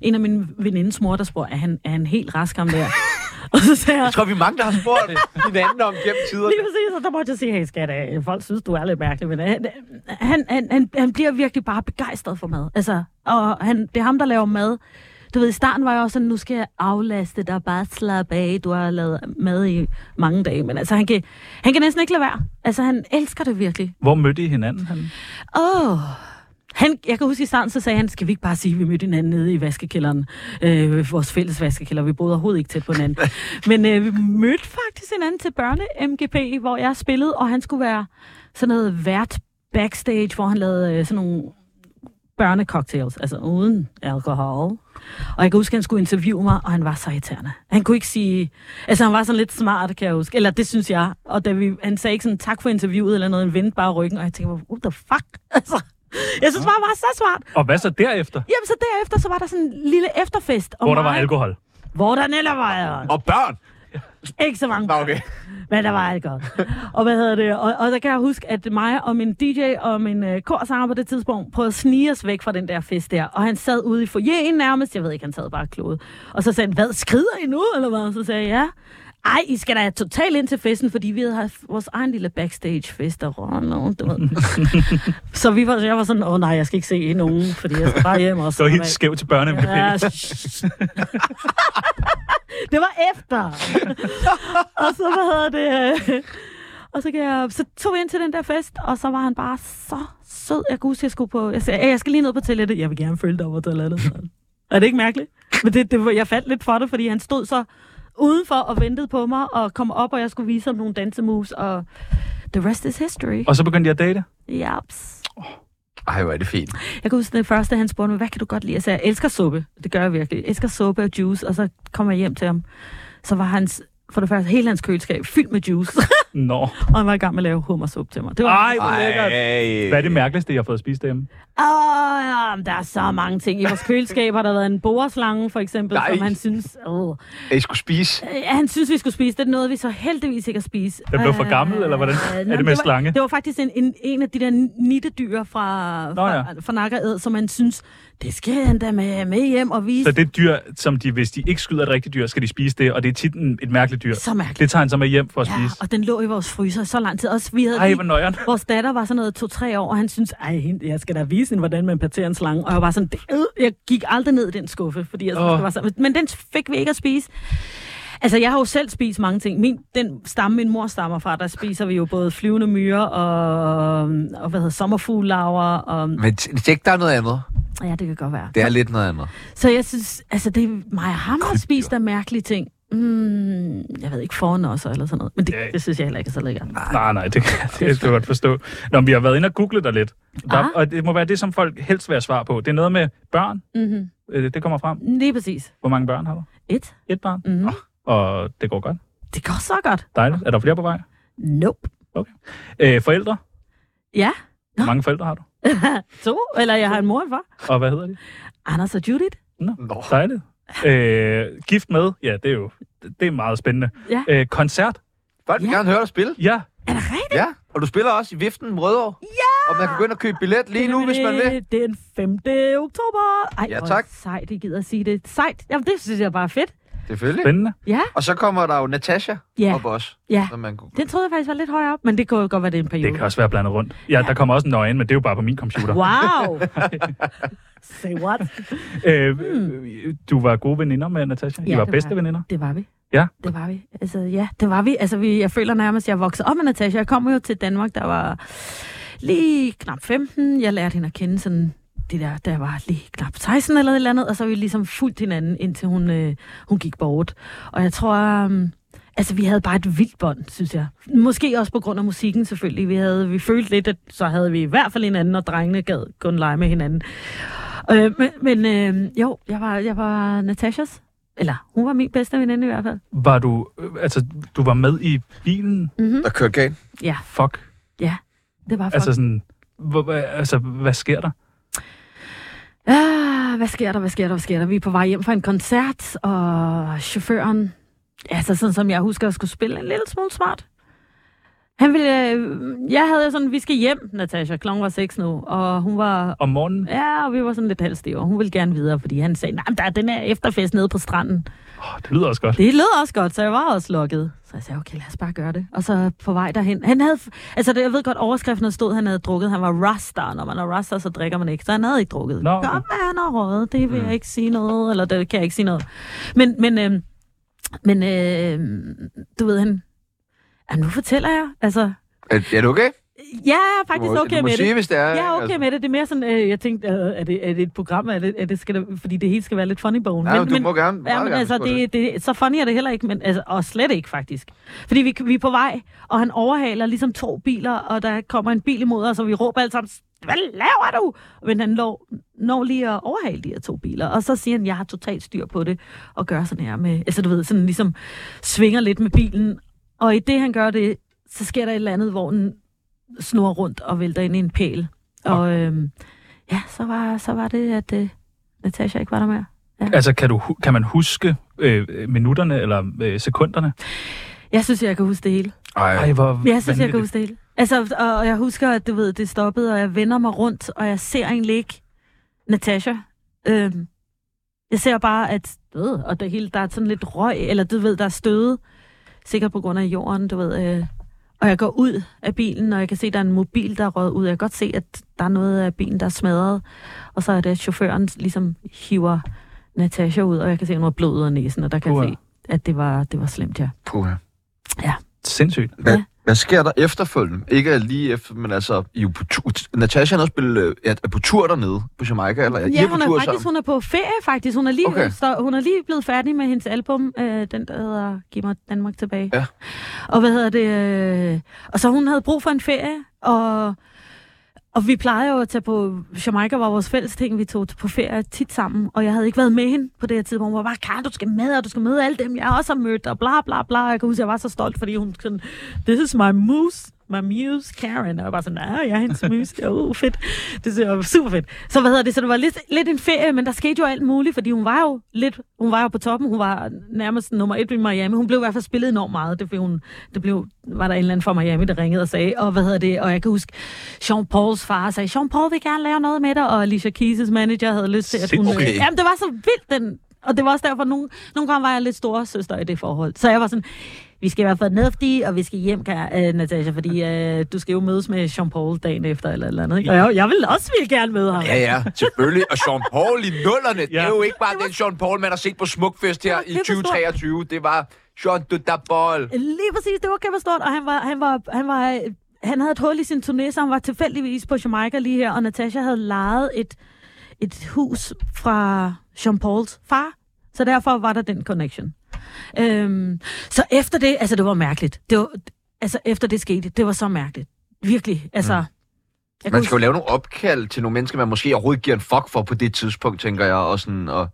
S4: en af mine venindes mor, der spurgte, er han, er han helt rask ham der? (laughs) og så sagde jeg,
S1: Jeg tror, vi er mange, der har spurgt hinanden om gennem tider.
S4: Lige præcis, og der måtte jeg sige, hey skat, øh, folk synes, du er lidt mærkelig, men øh, han, han, han, han, han bliver virkelig bare begejstret for mad. Altså, og han, det er ham, der laver mad. Du ved, i starten var jeg også sådan, nu skal jeg aflaste dig, bare slappe af, du har lavet mad i mange dage, men altså, han kan, han kan næsten ikke lade være. Altså, han elsker det virkelig.
S2: Hvor mødte I hinanden? Han?
S4: Åh... Oh. Han, jeg kan huske i starten, så sagde han, skal vi ikke bare sige, at vi mødte hinanden nede i vaskekælderen, øh, vores fælles vaskekælder, vi boede overhovedet ikke tæt på hinanden. Men øh, vi mødte faktisk hinanden til børne-MGP, hvor jeg spillede, og han skulle være sådan noget vært backstage, hvor han lavede øh, sådan nogle børnecocktails, altså uden alkohol. Og jeg kan huske, at han skulle interviewe mig, og han var så irriterende. Han kunne ikke sige... Altså, han var sådan lidt smart, kan jeg huske. Eller det synes jeg. Og da vi, han sagde ikke sådan, tak for interviewet eller noget, han vendte bare ryggen, og jeg tænkte, what the fuck? (laughs) Altså, jeg synes bare, han var så smart.
S2: Og hvad så derefter?
S4: Jamen, så derefter, så var der sådan en lille efterfest. og
S2: Hvor der var
S4: mig-
S2: alkohol.
S4: Hvor der netop var
S1: Og børn.
S4: ikke så mange
S2: Ah,
S1: Nå, okay.
S4: men der var alt godt. Og hvad hedder det? Og, og der kan jeg huske, at mig og min DJ og min øh, korsanger på det tidspunkt prøvede at snige os væk fra den der fest der. Og han sad ude i foyeren nærmest. Jeg ved ikke, han sad bare klodet. Og så sagde han, hvad skrider I nu? Eller hvad? Så sagde jeg, ja. Ej, I skal da totalt ind til festen, fordi vi havde haft vores egen lille backstage-fest og Ronald, du ved. så vi var, jeg var sådan, åh nej, jeg skal ikke se nogen, fordi jeg skal bare hjem og
S2: Det var
S4: slappe
S2: helt
S4: af."
S2: skævt til børne
S4: Ja, altså.
S2: ja.
S4: shh. (laughs) det var efter. og så, hvad hedder det? øh, Og så, kan jeg, så tog vi ind til den der fest, og så var han bare så sød. Jeg kunne huske, jeg skulle på... Jeg sagde, "Æ, jeg skal lige ned på toilettet. Jeg vil gerne følge dig over toilettet. er det ikke mærkeligt? Men det, det, var- jeg faldt lidt for det, fordi han stod så udenfor og ventede på mig, og kom op, og jeg skulle vise ham nogle dansemoves, og the rest is history.
S2: Og så begyndte jeg at date.
S4: Japs.
S1: Ej, hvor er det fint.
S4: Jeg kan huske den første, han spurgte mig, hvad kan du godt lide? Jeg sagde, jeg elsker suppe. Det gør jeg virkelig. Jeg elsker suppe og juice. Og så kom jeg hjem til ham. Så var hans, for det første, hele hans køleskab fyldt med juice. (laughs)
S2: Nå.
S4: og han var i gang med at lave hummersuppe til mig. Det var
S2: Ej, hvor lækkert.
S1: Ej.
S2: Hvad er det mærkeligste, jeg har fået at spise derhjemme?
S4: Åh, ja, men der er så mange ting. I vores køleskab har der været en boreslange, for eksempel,
S1: Nej.
S4: som han synes... Øh,
S1: Jeg skulle spise.
S4: Øh, han synes, vi skulle spise. Det nåede vi så heldigvis ikke at spise.
S2: Den blev for gammel,
S4: Øh,
S2: eller hvordan?
S4: øh,
S2: Er det
S4: nej,
S2: med
S4: var,
S2: slange?
S4: Det var faktisk en, en, en af de der nittedyr fra, fra,
S2: ja.
S4: fra Nakkered, som man synes, det skal han da med, med hjem og vise.
S2: Så det dyr, som de, hvis de ikke skyder et rigtigt dyr, skal de spise det, og det er tit en, et mærkeligt dyr.
S4: Så mærkeligt.
S2: Det tager han så med hjem for at
S4: Ja,
S2: spise.
S4: og den lå i vores fryser i så lang tid. Også vi havde
S2: Ej,
S4: lige-
S2: hvor nøjeren.
S4: Vores datter var sådan noget to-tre år, og han syntes, ej, hende- jeg skal da vise hende, hvordan man parterer en slange. Og jeg var sådan, "Det- øh." jeg gik aldrig ned i den skuffe, fordi jeg synes,
S2: Åh.
S4: det var sådan. Men den fik vi ikke at spise. Altså, jeg har jo selv spist mange ting. Min, den stamme, min mor stammer fra, der spiser vi jo både flyvende myrer og, og hvad hedder, sommerfuglelarver. Og,
S1: Men t- tjek, der er noget andet.
S4: ja, det kan godt være.
S1: Det er lidt noget andet.
S4: Så jeg synes, altså det er mig og ham har spist af mærkelige ting. Mm, jeg ved ikke, foran også eller sådan noget. Men det,
S2: Ja.
S4: det synes jeg heller ikke er så lækkert.
S2: Nej, nej, det kan det kan jeg godt forstå. Nå, men vi har været inde og google dig lidt. Der,
S4: Ah.
S2: og det må være det, som folk helst vil have svar på. Det er noget med børn.
S4: Mm-hmm.
S2: Øh, Det kommer frem.
S4: Lige præcis.
S2: Hvor mange børn har du?
S4: Et.
S2: Et barn.
S4: Mm-hmm.
S2: Og det går godt.
S4: Det går så godt.
S2: Dejligt. Er der flere på vej?
S4: Nope.
S2: Øh, forældre.
S4: Ja,
S2: Hvor mange forældre har du?
S4: to. Eller jeg har en mor og en far.
S2: Og hvad hedder de?
S4: Anders og Judith.
S1: Nå.
S2: Dejligt. Øh, gift med. Ja, det er jo det er meget spændende.
S4: Ja.
S2: Øh, koncert.
S1: Folk vil
S4: Ja.
S1: gerne høre dig spille.
S2: Ja.
S4: Er det rigtigt?
S1: Ja, og du spiller også i Viften Rødovre. Ja! Og man kan gå ind og købe billet lige nu, hvis man vil.
S4: Det er den 5. oktober. Ej,
S1: Ja,
S4: hvor
S1: tak.
S4: Sejt, I gider at sige det. Sejt. Jamen, det synes jeg bare er fedt.
S1: Selvfølgelig.
S2: Spændende.
S4: Ja,
S1: Og så kommer der jo Natasha
S4: Ja.
S1: op også.
S4: ja.
S1: Som man kunne...
S4: Den troede jeg faktisk var lidt højere op, men det kunne jo godt være, det er en periode.
S2: Det kan også være blandet rundt. Ja, der kommer også en nøgen, men det er jo bare på min computer.
S1: (laughs)
S4: Wow! Say what?
S2: Øh, øh, du var gode veninder med Natasha. I
S4: Hmm. Ja,
S2: var
S4: det
S2: bedste
S4: var jeg.
S2: veninder.
S4: Det var vi.
S2: Ja.
S4: Det var vi. Altså, ja, det var vi. Altså, vi, jeg føler nærmest, at jeg voksede op med Natasha. Jeg kom jo til Danmark, der var lige knap 15. Jeg lærte hende at kende sådan det der, der var lige knap 16 eller et eller andet, og så har vi ligesom fulgt hinanden, indtil hun, øh, hun gik bort. Og jeg tror, um, altså vi havde bare et vildt bånd, synes jeg. Måske også på grund af musikken selvfølgelig. Vi, havde, vi følte lidt, at så havde vi i hvert fald hinanden, og drengene gad kun lege med hinanden. Øh, men men øh, jo, jeg var, jeg var Natashas. Eller, hun var min bedste veninde i hvert fald.
S2: Var du, øh, altså, du var med i bilen?
S1: Der kører galt.
S4: Ja,
S2: Fuck.
S4: ja. Det var
S2: Altså
S4: altså,
S2: sådan, hvor, hva- altså, hvad sker der?
S4: ah, hvad sker der, hvad sker der, hvad sker der? Vi er på vej hjem fra en koncert, og chaufføren, altså sådan som jeg husker, skulle spille en lille smule smart. Han ville, øh, jeg havde jo sådan, vi skal hjem, Natasha, klokken var seks nu, og hun var,
S2: Om morgenen?
S4: ja, og vi var sådan lidt halvstive, og hun ville gerne videre, fordi han sagde, nej, men der er den her efterfest nede på stranden.
S2: Oh, det lyder også godt.
S4: Det lød også godt, så jeg var også lukket. Så jeg sagde, okay, lad os bare gøre det. Og så på vej derhen. Han havde, altså det, jeg ved godt, overskriften stod, han havde drukket. Han var rasta. Når man er rasta, så drikker man ikke. Så han havde ikke drukket.
S2: Nå, okay. Mm.
S4: Godt, hvad han har røget. Det vil jeg ikke sige noget, eller det kan jeg ikke sige noget. Men, men, øhm, men øhm, du ved, han... Ja, nu fortæller jeg. Altså,
S1: Er, er du okay?
S4: ja, jeg er faktisk
S1: du må,
S4: okay
S1: du må
S4: med det.
S1: sige, hvis det er. altså.
S4: Jeg er
S1: ikke?
S4: okay med det. Det er mere sådan, øh, jeg tænkte, øh, er, det, er det et program? Er det, er det skal det, fordi det hele skal være lidt funny bone.
S1: Nej, men, du må gerne.
S4: Ja,
S1: meget
S4: men
S1: gerne,
S4: altså,
S1: hvis du har
S4: det, det, så funny er det heller ikke, men, altså, og slet ikke faktisk. Fordi vi, vi er på vej, og han overhaler ligesom to biler, og der kommer en bil imod os, og vi råber alle sammen, hvad laver du? Men han når, når lige at overhale de her to biler, og så siger han, jeg har totalt styr på det, og gør sådan her med, altså du ved, sådan ligesom svinger lidt med bilen. Og i det, han gør det, så sker der et eller andet, hvor den snor rundt og vælter ind i en pæl. Og øhm, ja, så var, så var det, at øh, Natasha ikke var der mere.
S2: Altså, kan, du, hu- kan man huske øh, minutterne eller øh, sekunderne?
S4: Jeg synes, jeg kan huske det hele.
S1: lyst. Ej,
S2: Ej, hvor
S4: Jeg synes, jeg
S2: vanvittigt.
S4: kan huske det hele. Altså, og, og jeg husker, at du ved, det stoppede, og jeg vender mig rundt, og jeg ser egentlig ikke Natasha. Øhm, jeg ser bare, at øh, og det hele, der er sådan lidt røg, eller du ved, der er støde. sikkert på grund af jorden, du ved. Øh. Og jeg går ud af bilen, og jeg kan se, at der er en mobil, der er røget ud. Jeg kan godt se, at der er noget af bilen, der er smadret. Og så er det, at chaufføren ligesom hiver Natasha ud, og jeg kan se, at hun har blod ud af næsen, og der kan
S2: Uha.
S4: jeg se, at det var, det var slemt, ja.
S1: Puh,
S2: Sindssygt.
S1: Hvad,
S4: Ja.
S1: hvad sker der efterfølgende? Ikke lige efter, men altså, I er jo på tur. Natasha har også spillet, øh, er, er på tur dernede på Jamaica, eller I
S4: Ja,
S1: på
S4: hun er
S1: tur
S4: faktisk
S1: sammen?
S4: hun er på ferie, faktisk. Hun er lige,
S1: Okay.
S4: okay. så, hun er lige blevet færdig med hendes album, øh, den der hedder Giv mig Danmark tilbage.
S1: Ja.
S4: Og hvad hedder det? Øh, og så hun havde brug for en ferie, og, og vi plejer jo at tage på... Jamaica var vores fælles ting, vi tog på ferie tit sammen, og jeg havde ikke været med hende på det her tidspunkt. Hun var bare, Karen, du skal med, og du skal møde alle dem, jeg også har mødt, og bla bla bla. Jeg kan huske, jeg var så stolt, fordi hun sådan, this is my muse, my muse, Karen. Og jeg var sådan, nej, jeg er hendes muse. Ja, uh, fedt. Det synes jeg var super fedt. Så hvad hedder det? Så det var lidt, lidt en ferie, men der skete jo alt muligt, fordi hun var jo lidt, hun var jo på toppen. Hun var nærmest nummer et i Miami. Hun blev i hvert fald spillet enormt meget. Det, blev hun, det blev, var der en eller anden fra Miami, der ringede og sagde, og hvad hedder det? Og jeg kan huske, Sean Pauls far sagde, Sean Paul vil gerne lave noget med dig, og Alicia Keys' manager havde lyst til, at hun...
S1: Sindssygt. Okay.
S4: Jamen, det var så vildt, den... Og det var også derfor, nogle, nogle gange var jeg lidt store søster i det forhold. Så jeg var sådan, vi skal være fornuftige, og vi skal hjem, kan, øh, Natasha, fordi øh, du skal jo mødes med Jean-Paul dagen efter, eller et eller andet. Ikke? Og jeg, jeg vil også virkelig gerne møde ham.
S1: Ja, ja, selvfølgelig. Og Sean Paul i nullerne, ja. det er jo ikke bare
S4: Det var-
S1: den Sean Paul, man har set på Smukfest her
S4: var
S1: i
S4: kæmpestor.
S1: 2023. Det var Sean Dudabol.
S4: Lige præcis, det var kæmpe stort, og han var, han var, han var, øh, han havde et hul i sin turné, så han var tilfældigvis på Jamaica lige her, og Natasha havde lejet et, et hus fra Jean Pauls far, så derfor var der den connection. Øhm, så efter det, altså det var mærkeligt. Det var, altså efter det skete, det var så mærkeligt. Virkelig, altså... Jeg kan
S1: Mm. Man
S4: huske-
S1: skal jo lave nogle opkald til nogle mennesker, man måske overhovedet ikke giver en fuck for på det tidspunkt, tænker jeg. Og sådan, og...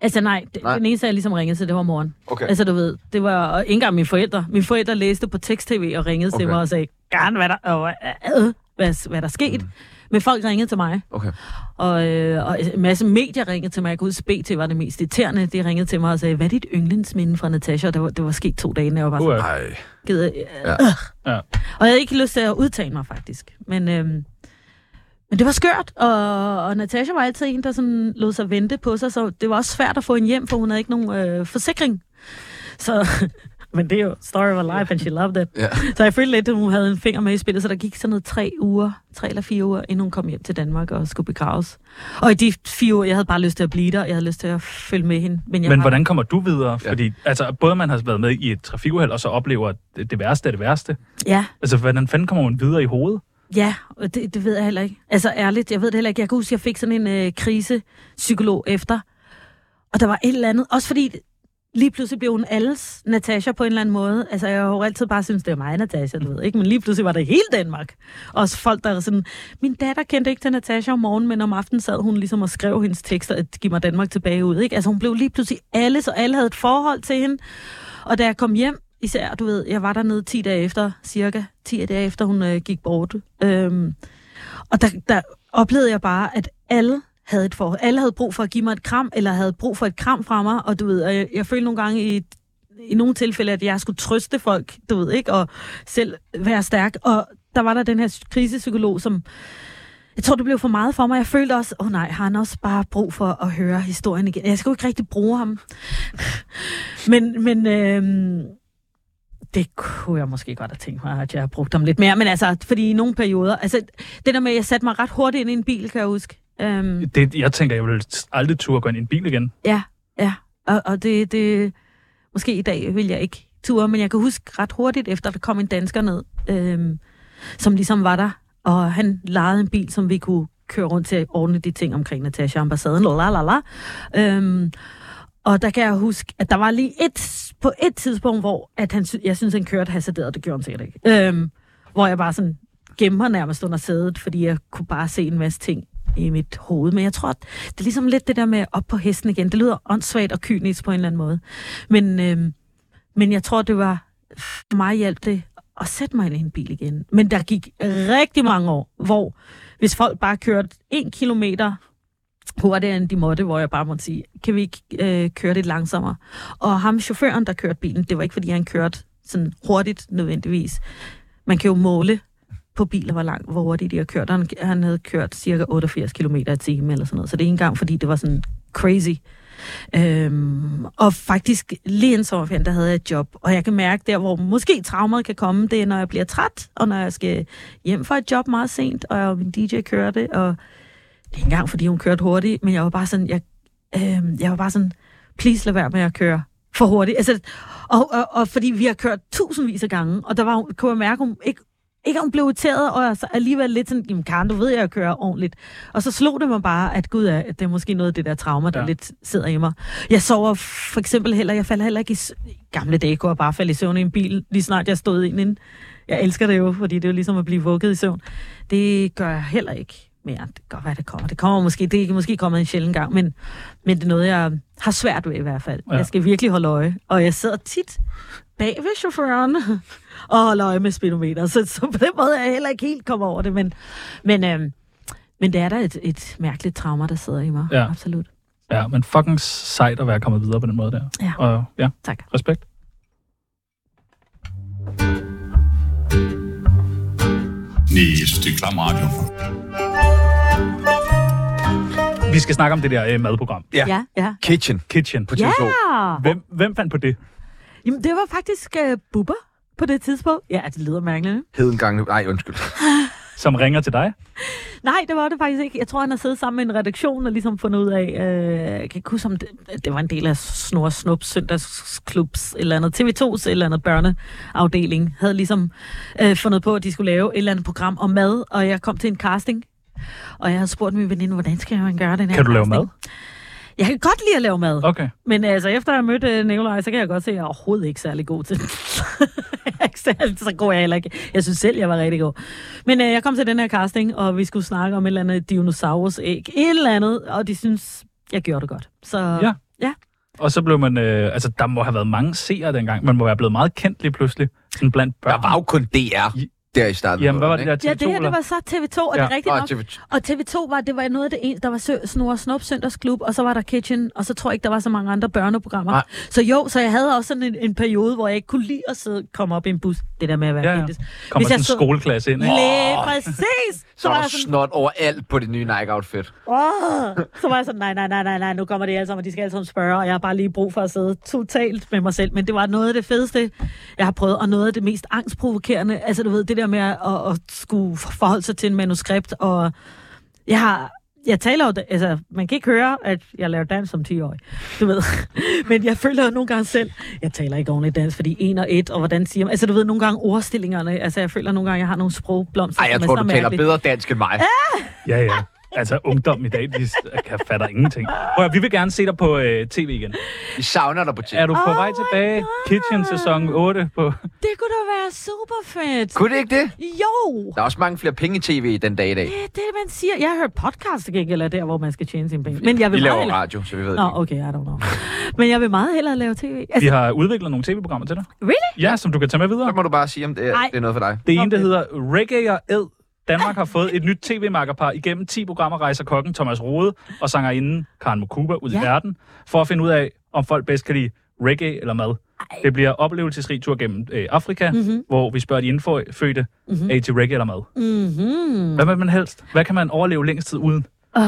S4: Altså nej,
S1: Nej.
S4: det, nej, den eneste, jeg ligesom ringede til, det var moren.
S1: Okay.
S4: Altså du ved, det var og ikke engang mine forældre. Mine forældre læste på tekst-tv og ringede okay.
S1: Okay.
S4: til mig og sagde, gerne hvad der, og, øh, øh, hvad, hvad der skete. Mm. Men folk ringede til mig,
S1: Okay.
S4: og, øh, og en masse medier ringede til mig. Jeg kunne huske, BT var det mest irriterende. De ringede til mig og sagde, hvad er dit yndlingsminde fra Natasha? Og det var, det var sket to dage, inden jeg var bare sådan,
S2: Uha.
S1: Nej.
S4: gider, øh,
S1: Ja.
S4: ja.
S2: Ja.
S4: Og jeg havde ikke lyst til at udtale mig, faktisk. Men, øhm, men det var skørt, og, og Natasha var altid en, der sådan lod sig vente på sig, så det var også svært at få hende hjem, for hun havde ikke nogen øh, forsikring. Så, (laughs) men det er jo story of a life, and she loved it.
S1: Ja.
S4: Så jeg følte lidt, at hun havde en finger med i spillet, så der gik sådan noget tre uger, tre eller fire uger, inden hun kom hjem til Danmark og skulle begraves. Og i de fire uger, jeg havde bare lyst til at blive der, jeg havde lyst til at følge med hende. Men, jeg
S2: Men
S4: var-
S2: hvordan kommer du videre?
S1: Ja.
S2: Fordi altså, både man har været med i et trafikuheld, og så oplever det, det værste af det værste.
S4: Ja,
S2: Altså, hvordan fanden kommer man videre i hovedet?
S4: Ja, og det, det ved jeg heller ikke. Altså ærligt, jeg ved det heller ikke. Jeg kan huske, jeg fik sådan en øh, krisepsykolog efter, og der var et eller andet. Også fordi lige pludselig blev hun alles Natasha på en eller anden måde. Altså jeg har jo altid bare syntes, det var mig Natasha, du ved ikke? Men lige pludselig var det hele Danmark. Også folk, der sådan... Min datter kendte ikke til Natasha om morgenen, men om aftenen sad hun ligesom og skrev hendes tekster, at giv mig Danmark tilbage ud, ikke? Altså hun blev lige pludselig alles, og alle havde et forhold til hende. Og da jeg kom hjem, især, du ved, jeg var dernede 10 dage efter, cirka 10 dage efter, hun øh, gik bort. Øhm, og der, der oplevede jeg bare, at alle havde et forhold. Alle havde brug for at give mig et kram, eller havde brug for et kram fra mig, og du ved, og jeg, jeg følte nogle gange i, i nogle tilfælde, at jeg skulle trøste folk, du ved ikke, og selv være stærk. Og der var der den her krisepsykolog, som jeg tror, det blev for meget for mig. Jeg følte også, åh oh nej, har han også bare brug for at høre historien igen? Jeg skal jo ikke rigtig bruge ham. men men øhm, det kunne jeg måske godt have tænkt mig, at jeg har brugt ham lidt mere. Men altså, fordi i nogle perioder... Altså, det der med, at jeg satte mig ret hurtigt ind i en bil, kan jeg huske. Øhm,
S2: Det, jeg tænker, jeg vil aldrig turde gå ind i en bil igen.
S4: Ja, ja. Og, og det, det... Måske i dag vil jeg ikke ture, men jeg kan huske ret hurtigt, efter der kom en dansker ned, øhm, som ligesom var der, og han lejede en bil, som vi kunne køre rundt til at ordne de ting omkring Natasha ambassaden, la la la. Øhm, og der kan jeg huske, at der var lige et, på et tidspunkt, hvor at han, sy- jeg synes, han kørte hasarderet, det gjorde han sikkert ikke. Øhm, hvor jeg bare sådan gemte mig nærmest under sædet, fordi jeg kunne bare se en masse ting i mit hoved. Men jeg tror, at det er ligesom lidt det der med op på hesten igen. Det lyder åndssvagt og kynisk på en eller anden måde. Men, øhm, men jeg tror, det var for mig hjalp det at sætte mig ind i en bil igen. Men der gik rigtig mange år, hvor hvis folk bare kørte en kilometer hurtigere end de måtte, hvor jeg bare måtte sige, kan vi ikke øh, køre lidt langsommere? Og ham chaufføren, der kørte bilen, det var ikke fordi, han kørte sådan hurtigt nødvendigvis. Man kan jo måle på biler, hvor, langt, hvor hurtigt de har kørt. Han, han havde kørt cirka 88 km i timen eller sådan noget, så det er ikke engang, fordi det var sådan crazy. Øhm, og faktisk lige en sommerferien, der havde jeg et job. Og jeg kan mærke der, hvor måske traumet kan komme, det er, når jeg bliver træt, og når jeg skal hjem fra et job meget sent, og min DJ kørte, og det er ikke engang, fordi hun kørte hurtigt, men jeg var bare sådan, jeg, øhm, jeg var bare sådan, please lad være med at køre for hurtigt. Altså, og, og, og, fordi vi har kørt tusindvis af gange, og der var, hun- kunne jeg mærke, hun ikke ikke at hun blev irriteret, og så alligevel lidt sådan, jamen Karen, du ved, jeg kører ordentligt. Og så slog det mig bare, at gud, at det er måske noget af det der trauma, der
S2: Ja.
S4: ja. lidt sidder i mig. Jeg sover for eksempel heller, jeg falder heller ikke i... s- I gamle dage kunne jeg bare falde i søvn i en bil, lige snart jeg stod ind inden. Jeg elsker det jo, fordi det er jo ligesom at blive vugget i søvn. Det gør jeg heller ikke mere. Det kan godt være, det kommer. Det kommer måske, det er måske kommet en sjældent gang, men, men det er noget, jeg har svært ved i hvert fald.
S2: Ja.
S4: Ja. Jeg skal virkelig holde øje, og jeg sidder tit bag ved chaufføren (laughs) og holder øje med speedometer. Så, så på den måde er jeg heller ikke helt kommet over det, men, men, øhm, men det er da et, et mærkeligt trauma, der sidder i mig.
S2: Ja.
S4: Absolut.
S2: Ja, men fucking sejt at være kommet videre på den måde der.
S4: Ja.
S2: Og ja,
S4: Tak.
S2: respekt.
S9: Nej, jeg synes, det er klam radio.
S2: Vi skal snakke om det der øh, madprogram.
S1: Ja.
S4: Ja, ja.
S1: Kitchen
S2: Kitchen.
S1: på
S4: Ja!
S1: TV2.
S2: Hvem, hvem fandt på det?
S4: Jamen, det var faktisk øh, Bubber på det tidspunkt. Ja, det lyder mærkeligt. ikke?
S1: Hed en gang... Nej, undskyld.
S2: Som ringer til dig?
S4: Nej, det var det faktisk ikke. Jeg tror, han har siddet sammen med en redaktion og ligesom fundet ud af, øh, jeg kan ikke huske, om det, det var en del af Snor og Snups søndagsklubs, et eller andet TV2's, et eller andet børneafdeling, havde ligesom øh, fundet på, at de skulle lave et eller andet program om mad, og jeg kom til en casting, og jeg havde spurgt min veninde, hvordan skal man gøre den her
S2: Kan du lave
S4: casting? Jeg kan godt lide at lave mad.
S2: Okay.
S4: Men altså, efter jeg mødte øh, Nikolaj, så kan jeg godt se, at jeg er overhovedet ikke særlig god til det. (laughs) Jeg er ikke særlig, så god er jeg heller ikke. Jeg synes selv, jeg var rigtig god. Men øh, jeg kom til den her casting, og vi skulle snakke om et eller andet dinosaurusæg. Et eller andet, og de synes, jeg gjorde det godt. Så
S2: Ja. Og så blev man... Øh, altså, der må have været mange seere dengang. Man må være blevet meget kendt lige pludselig. Sådan blandt børn.
S1: Der var jo kun DR der i starten.
S2: Jamen, hvad var det der?
S4: ja det her, det
S2: TV2'er?
S4: var så TV2, og ja. det er rigtigt
S1: Og
S4: nok.
S1: TV2.
S4: Og TV2 var, det var noget af det ene, der var Sø- Snor og Snop Søndagsklub, og så var der Kitchen, og så tror jeg ikke, der var så mange andre børneprogrammer.
S1: Nej.
S4: Nej. Så jo, så jeg havde også sådan en, en periode, hvor jeg ikke kunne lide at sidde, komme op i en bus. Det der med at være
S2: Ja, ja.
S4: kendis.
S2: Kommer
S4: Hvis
S2: sådan
S4: jeg
S2: en
S4: så-
S2: skoleklasse ind, ikke?
S4: Lige præcis!
S1: Så var der
S4: sådan-
S1: snot overalt på det nye Nike-outfit.
S4: Åh! Så var jeg sådan, nej, nej, nej, nej, nej, nu kommer de alle sammen, og de skal alle sammen spørge, og jeg har bare lige brug for at sidde totalt med mig selv. Men det var noget af det fedeste, jeg har prøvet, og noget af det mest angstprovokerende. Altså, du ved, det der med at, at skulle forholde sig til en manuskript, og jeg har... Jeg taler jo, altså, man kan ikke høre, at jeg laver dans som 10-årig, du ved. (laughs) Men jeg føler jo nogle gange selv, jeg taler ikke ordentligt dansk, fordi en og et, og hvordan siger man... Altså, du ved, nogle gange ordstillingerne, altså, jeg føler nogle gange, jeg har nogle sprogblomster,
S1: Ej, jeg
S4: som er
S1: tror,
S4: så
S1: du taler
S4: mærkelige.
S1: bedre dansk end mig.
S2: Ja, ja. Altså, ungdom i dag, de s- kan fatter ingenting. Prøv, at, vi vil gerne se dig på øh, tv igen.
S1: Vi savner dig på
S2: Er
S1: TV.
S2: du på
S4: Oh
S2: vej
S4: my
S2: tilbage?
S4: God.
S2: Kitchen sæson 8 på...
S4: Det kunne da være super fedt.
S1: Kunne det ikke det?
S4: Jo!
S1: Der er også mange flere penge i tv den dag i dag.
S4: Det er det, man siger. Jeg har hørt podcast til gengæld er der, hvor man skal tjene sine penge. Men jeg vil
S1: Vi
S4: meget
S1: laver
S4: hellere...
S1: radio, så vi ved det.
S4: Nå, okay, I don't know. Men jeg vil meget hellere lave tv.
S2: Vi
S4: Altså,
S2: har udviklet nogle tv-programmer til dig.
S4: really?
S2: Ja, som du kan tage med videre.
S1: Så må du bare sige, om det er,
S4: Ej.
S1: det er noget for dig.
S2: Det ene, der
S4: Okay.
S2: hedder Reggae og Ed. Danmark har fået et nyt tv-makkerpar igennem 10 programmer rejser kokken Thomas Rode og sangerinden Karen Mokuba ud ja. i
S4: Ja.
S2: verden, for at finde ud af, om folk bedst kan lide reggae eller mad. Ej. Det bliver oplevelsesrig tur gennem øh, Afrika,
S4: Mhm.
S2: mm-hmm. hvor vi spørger de indfødte, mm-hmm. er I til reggae eller mad?
S4: Mm-hmm.
S2: Hvad vil man helst? Hvad kan man overleve længst tid uden?
S4: Ah.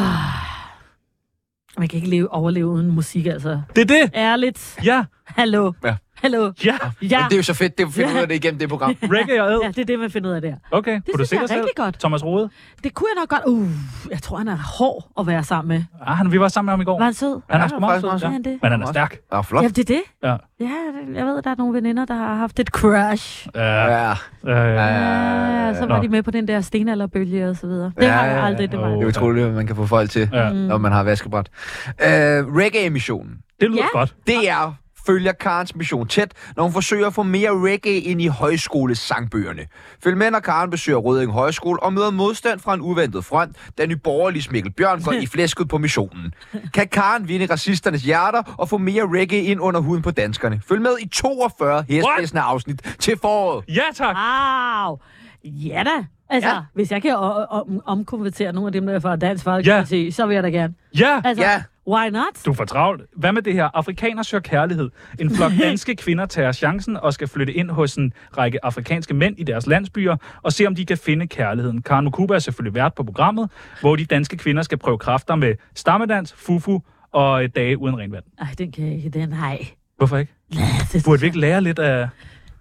S4: Man kan ikke leve, overleve uden musik, altså.
S2: Det er det!
S4: Ærligt.
S2: Ja!
S4: Hallo.
S1: Ja.
S4: Hallo.
S2: Ja!
S4: Ja.
S1: Men det er jo så fedt, det finder ud af det igennem det program.
S2: Reggae og
S4: ja,
S2: Ed.
S4: det er det, man finder ud af der.
S2: Okay, det kunne du
S4: synes
S2: se
S4: jeg er
S2: dig selv?
S4: rigtig godt.
S2: Thomas Rode.
S4: Det kunne jeg nok godt... Uh, jeg tror, han er hård at være sammen med.
S2: Ah, han, vi var sammen med ham i går.
S4: Var han sød?
S2: Han er
S1: Ja, faktisk
S2: sgu meget sød,
S1: meget
S2: ja.
S4: sød. Er han det?
S2: Men han er stærk.
S1: Ja, flot.
S4: Ja, det er det.
S2: Ja.
S4: Ja, det- jeg ved, der er nogle veninder, der har haft et crush.
S2: Ja, ja,
S1: Ja,
S2: ja.
S4: Ja, Ah, så var
S2: Nå.
S4: de med på den der stenalderbølge og så videre. Det
S1: Ja,
S4: har
S1: ja,
S4: jeg
S1: ja.
S4: aldrig, det var.
S1: det er utroligt, hvad man kan få folk til,
S2: Ja.
S1: når man har vaskebræt. Øh, Reggae-missionen.
S2: Det lyder
S4: Ja.
S2: godt.
S1: Det er følger Karens mission tæt, når hun forsøger at få mere reggae ind i højskolesangbøgerne. Følg med, når Karen besøger Rødding Højskole og møder modstand fra en uventet front, da nyborgerlig Mikkel Bjørn går i flæsket på missionen. Kan Karen vinde racisternes hjerter og få mere reggae ind under huden på danskerne? Følg med i 42 hestvæsende afsnit til foråret.
S2: Ja, tak.
S4: Wow! Ja da! Altså,
S1: Ja.
S4: ja. hvis jeg kan o- om- omkonvertere nogle af dem, der er fra Dansk Folkeparti, ja. så vil jeg da gerne.
S2: Ja.
S4: Altså,
S1: Ja.
S4: why not?
S2: Du er for travlt. Hvad med det her? Afrikaner søger kærlighed. En
S4: (laughs)
S2: flok danske kvinder tager chancen og skal flytte ind hos en række afrikanske mænd i deres landsbyer og se, om de kan finde kærligheden. Karen Mukuba er selvfølgelig vært på programmet, hvor de danske kvinder skal prøve kræfter med stammedans, fufu og øh, dage uden rent vand.
S4: Ej, den kan jeg ikke. Den, nej.
S2: Hvorfor ikke?
S4: Lad det-
S2: Burde vi ikke lære lidt af...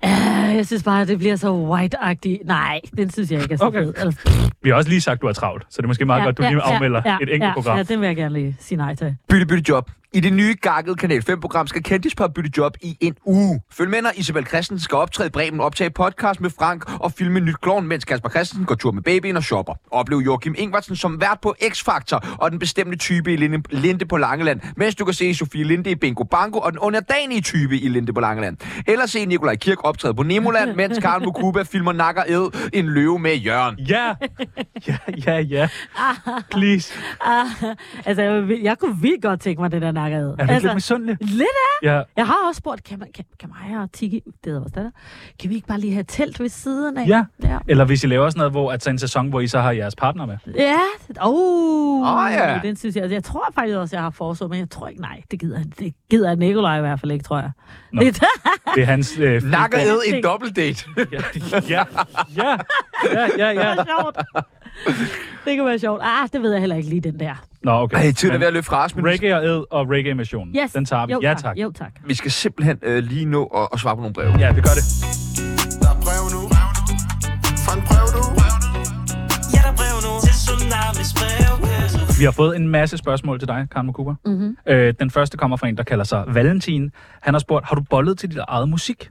S4: Ah, Jeg synes bare, at det bliver så white-agtigt. Nej, den synes jeg ikke er så
S2: Okay.
S4: fed. Altså,
S2: Vi har også lige sagt, du er travlt, så det er måske meget ja, godt, du lige afmelder ja, ja, et enkelt
S4: ja,
S2: program.
S4: Ja, den vil jeg gerne lige sige nej til.
S1: Bytte, bytte job. I det nye gakkede Kanal 5-program skal kendtispar bytte job i en uge. Følg med, når Isabel Christensen skal optræde i Bremen, optage podcast med Frank og filme et nyt klovn, mens Kasper Christensen går tur med babyen og shopper. Oplev Joachim Ingvartsen som vært på X-Factor og den bestemte type i Linde, Linde på Langeland, mens du kan se Sofie Linde i Bingo Bango og den underdanige type i Linde på Langeland. Eller se Nikolaj Kirk optræde på Nemoland, mens Karen Mukuba filmer nakker ed en løve med Jørgen.
S2: Ja, ja, ja, (laughs) ja. Please.
S4: Ah, altså, jeg, vil- jeg kunne vildt godt tænke mig det der nakkede.
S2: Er du ikke
S4: altså,
S2: lidt misundelig?
S4: lidt af.
S2: Ja,
S4: Jeg har også spurgt, kan, man, kan, kan mig og Tiki, det hedder vores datter, kan vi ikke bare lige have et telt ved siden af?
S2: ja.
S4: Ja,
S2: Eller hvis I laver sådan noget, hvor, altså en sæson, hvor I så har jeres partner med.
S4: ja. Oh,
S1: Åh, ja.
S4: den synes jeg. Altså, jeg tror faktisk også, jeg har foreslået, men jeg tror ikke, nej, det gider, det gider Nikolaj i hvert fald ikke, tror jeg.
S2: Nå.
S4: Det,
S2: Det er
S1: (laughs)
S2: hans... Øh, fri-
S1: Nakker ed en
S4: Ting.
S1: dobbelt date.
S2: ja, ja, ja, ja, (laughs) ja, ja.
S4: være sjovt. Det kunne være sjovt. Ah, det ved jeg heller ikke lige, den der.
S2: Nå, okay.
S1: Ej, tiden er ved
S2: Men
S1: at løbe fra os, men vi
S2: Reggae og ed og reggae-missionen.
S4: Yes.
S2: Den tager vi.
S4: Jo,
S2: ja, tak.
S4: Jo, tak.
S1: Vi skal simpelthen øh, lige nå at, at svare på nogle breve.
S2: Ja, vi gør det.
S7: Der er brev nu. Fand brev nu.
S6: Ja, der er brev nu til Tsunamis brevkasse.
S2: Vi har fået en masse spørgsmål til dig, Karen Mokuba. Mm-hmm. Øh, den første kommer fra en, der kalder sig Valentin. Han har spurgt, har du bollet til dit eget musik?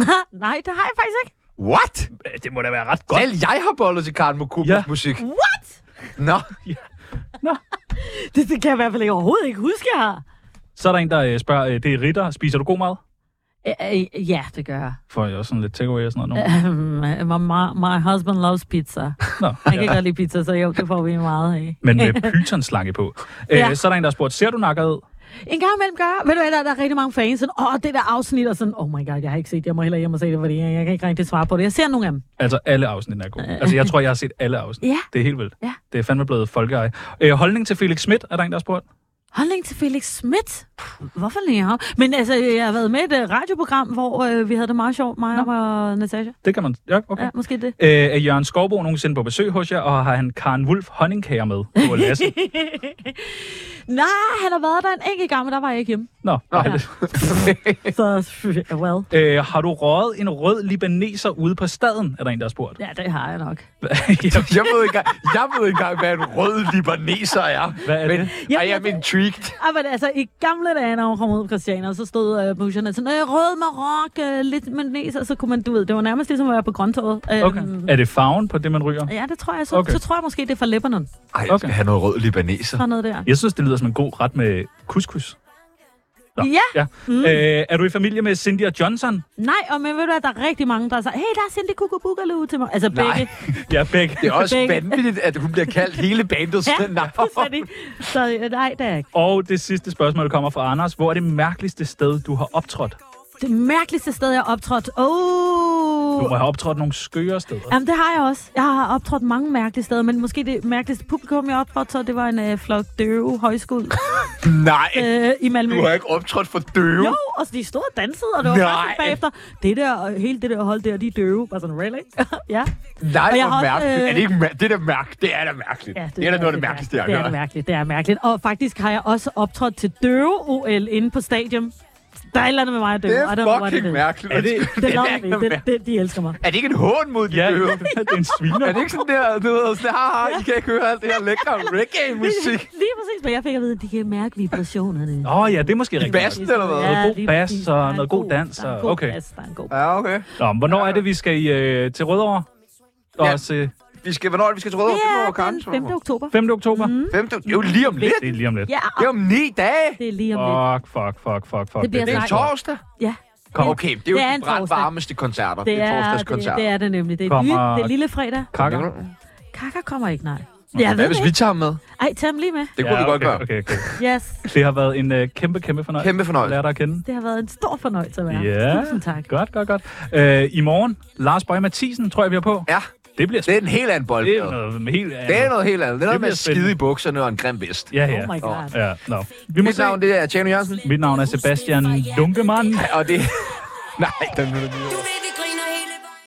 S4: Ah, Nej, det har jeg faktisk ikke.
S1: What?
S2: Øh, Det må da være ret godt.
S1: Selv jeg har bollet til Karen Mokubas
S2: Ja.
S1: ja. musik.
S4: What?
S1: Nå,
S4: Det, det kan jeg i hvert fald ikke, overhovedet ikke huske, jeg har.
S2: Så er der en, der øh, spørger, øh, det er Ritter, spiser du god mad?
S4: Øh, øh, Ja, det gør jeg.
S2: Får jeg også sådan lidt takeaway og sådan noget nu?
S4: Øhm, øh, (laughs) my, my husband loves pizza.
S2: Nå,
S4: Han kan
S2: ja.
S4: godt lide pizza, så jo, det får vi meget af.
S2: Men med pythonslange på. Øh,
S4: (laughs) Ja.
S2: Så er der en, der har spurgt, ser du nakkerød?
S4: En gang imellem gør jeg. Ved du hvad, der er- der er rigtig mange fans, sådan, åh, det der afsnit, og sådan, oh my god, jeg har ikke set det, jeg må hellere hjem og se det, fordi jeg, jeg kan ikke rigtig svare på det. Jeg ser nogle af dem.
S2: Altså, alle afsnit er gode. Altså, jeg tror, jeg har set alle afsnit.
S4: Ja.
S2: Det er helt vildt.
S4: Ja.
S2: Det er fandme blevet folkeeje. Øh, holdning til Felix Schmidt, er der en, der har spurgt?
S4: Holdning til Felix Schmidt? Hvorfor lige ham? Men altså, jeg har været med i et øh, radioprogram, hvor øh, vi havde det meget sjovt, mig og Natasha.
S2: Det kan man... Ja, okay.
S4: Ja, måske det.
S2: Øh, er Jørgen Skovbo nogensinde på besøg hos jer, og har han Karen Wulf honningkager med på
S4: (laughs)
S2: Lasse?
S4: Nej, han har været der en enkelt gang, men der var jeg ikke hjemme.
S2: Nå, dejligt.
S4: Så, (laughs) well.
S2: Øh, har du røget en rød libaneser ude på staden, er der en, der har spurgt. (laughs)
S4: Ja, det har jeg nok.
S2: Ja.
S1: jeg ved ikke, engang- jeg ved ikke engang, hvad en rød libaneser er.
S2: Hvad er
S1: men
S2: det?
S1: I am intrigued.
S4: Ej, men altså, i gamle dage, når hun kom ud på Christiania, så stod øh, busserne sådan, øh, rød marok, øh, lidt magnæs, og så kunne man, du ved, det var nærmest ligesom at være på grøntåret. Øh,
S2: Okay. Er det farven på det, man ryger?
S4: Ja, det tror jeg. Så,
S2: Okay.
S4: okay. så tror jeg måske, det er fra Lebanon.
S1: Ej, jeg
S2: Okay.
S1: skal have noget rød libaneser.
S4: Fra noget der.
S2: Jeg synes, det lyder som en god ret med couscous. Nå,
S4: Ja.
S2: ja. Mm. Øh, er du i familie med Cindy og Johnson?
S4: Nej, og men ved du hvad, der er rigtig mange, der siger, hey, der er Cindy Kukubugalu til mig. Altså
S1: Nej.
S4: begge.
S2: Ja, begge.
S1: Det er også
S4: (laughs) Begge.
S1: vanvittigt, at hun bliver kaldt hele bandets
S4: Ja, (laughs)
S1: navn.
S4: fuldstændig. Så øh, nej, det er ikke.
S2: Og det sidste spørgsmål kommer fra Anders. Hvor er det mærkeligste sted, du har optrådt?
S4: Det mærkeligste sted, jeg har optrådt. Åh!
S2: Du må
S4: Oh.
S2: have optrådt nogle skøre steder.
S4: Jamen, det har jeg også. Jeg har optrådt mange mærkelige steder, men måske det mærkeligste publikum, jeg optrådte, så det var en øh, flok døve højskole
S1: Nej,
S4: øh, i Malmø.
S1: du har ikke optrådt for døve.
S4: Jo, og de stod og dansede, og det var
S1: Nej.
S4: faktisk bagefter. Det der, øh, hele det der hold der, de er døve. Bare sådan, really? (laughs) ja.
S1: Nej,
S4: Og jeg
S1: hvor
S4: har også,
S1: mærkeligt.
S4: øh,
S1: Er det ikke mær- det er da mærkeligt. Det er da mærkeligt.
S4: ja
S1: det, er da noget af det mærkeligste, jeg
S4: Det er
S1: har
S4: det
S1: hørt.
S4: mærkeligt, det er mærkeligt. Og faktisk har jeg også optrådt til døve-OL inde på stadion. Der er et eller andet med mig at døve.
S1: Det
S4: og
S1: er
S4: der var bare
S1: fucking
S4: det.
S1: mærkeligt.
S2: Er det,
S1: (laughs)
S4: Det er
S1: Det er
S4: lovligt. Det, det, de elsker
S1: (laughs)
S4: mig.
S1: Er det ikke en hån mod de
S2: ja, (laughs)
S1: døve?
S2: det er en sviner.
S1: Er det ikke sådan der, du ved, sådan, haha, I kan ikke høre alt det her lækre reggae-musik?
S4: Lige præcis, men jeg fik at vide, at de kan mærke vibrationerne.
S2: Åh oh, ja, det er måske rigtigt.
S1: Bassen eller hvad?
S2: Noget god
S4: lige
S2: bas
S4: præcis.
S2: og
S4: Der er en
S2: noget god dans
S4: Der er en
S2: og-
S4: god
S2: okay.
S4: bas, der er en god
S1: Ja, okay.
S2: Nå, men hvornår er det, vi skal i, øh, til Rødovre? Og
S1: Ja.
S2: se
S1: Vi skal, hvornår er det, vi skal til Rødovre? Fem år,
S4: Det er
S1: Karen?
S4: den 5. oktober.
S2: 5. oktober? Mm.
S1: 5. Det er jo lige om lidt.
S2: Det er lige om lidt.
S4: Ja,
S1: Det er om ni dage.
S4: det er lige om lidt.
S2: Fuck, fuck, fuck, fuck, fuck.
S4: Det bliver
S1: Det er
S4: Nej.
S1: torsdag.
S4: Ja,
S2: Kom.
S1: Okay, det er jo
S4: Det er
S1: de
S4: en
S1: brand
S4: torsdag.
S1: varmeste koncerter.
S4: det er det,
S1: torsdagskoncerter.
S4: det, er det nemlig. Det er,
S2: Kommer-
S4: lille, det er lille fredag.
S2: Kakker.
S4: Kaka kommer ikke, nej. Jeg
S1: Hvad
S4: ved
S1: hvis
S4: det
S1: vi
S4: ikke.
S1: tager ham med?
S4: Ej, tag dem lige med.
S1: Det kunne vi godt
S2: okay,
S1: gøre.
S2: Okay, okay.
S4: Yes,
S2: Det har været en øh, kæmpe, kæmpe fornøjelse.
S1: Kæmpe
S2: at
S1: fornøjelse.
S2: lære dig at kende.
S4: det har været en stor fornøjelse at være her.
S2: Ja.
S4: Tusind tak.
S2: Godt, godt, godt. Øh, I morgen, Lars Bøge Mathisen, tror jeg, vi er på.
S1: Ja,
S2: Det bliver
S1: det
S2: spændende.
S1: er en helt anden bold.
S2: Det er noget helt andet.
S1: Det er noget helt andet. Det er noget med
S2: bliver
S1: at skide i bukserne og en grim vest.
S2: Ja, ja.
S4: Oh my god.
S2: Ja, no. Vi må
S1: Mit
S2: se.
S1: navn det er Tjano Jørgensen.
S2: Mit navn er Sebastian Dunkemann.
S1: Og det... (laughs) Nej, den er det.
S6: Du ved, det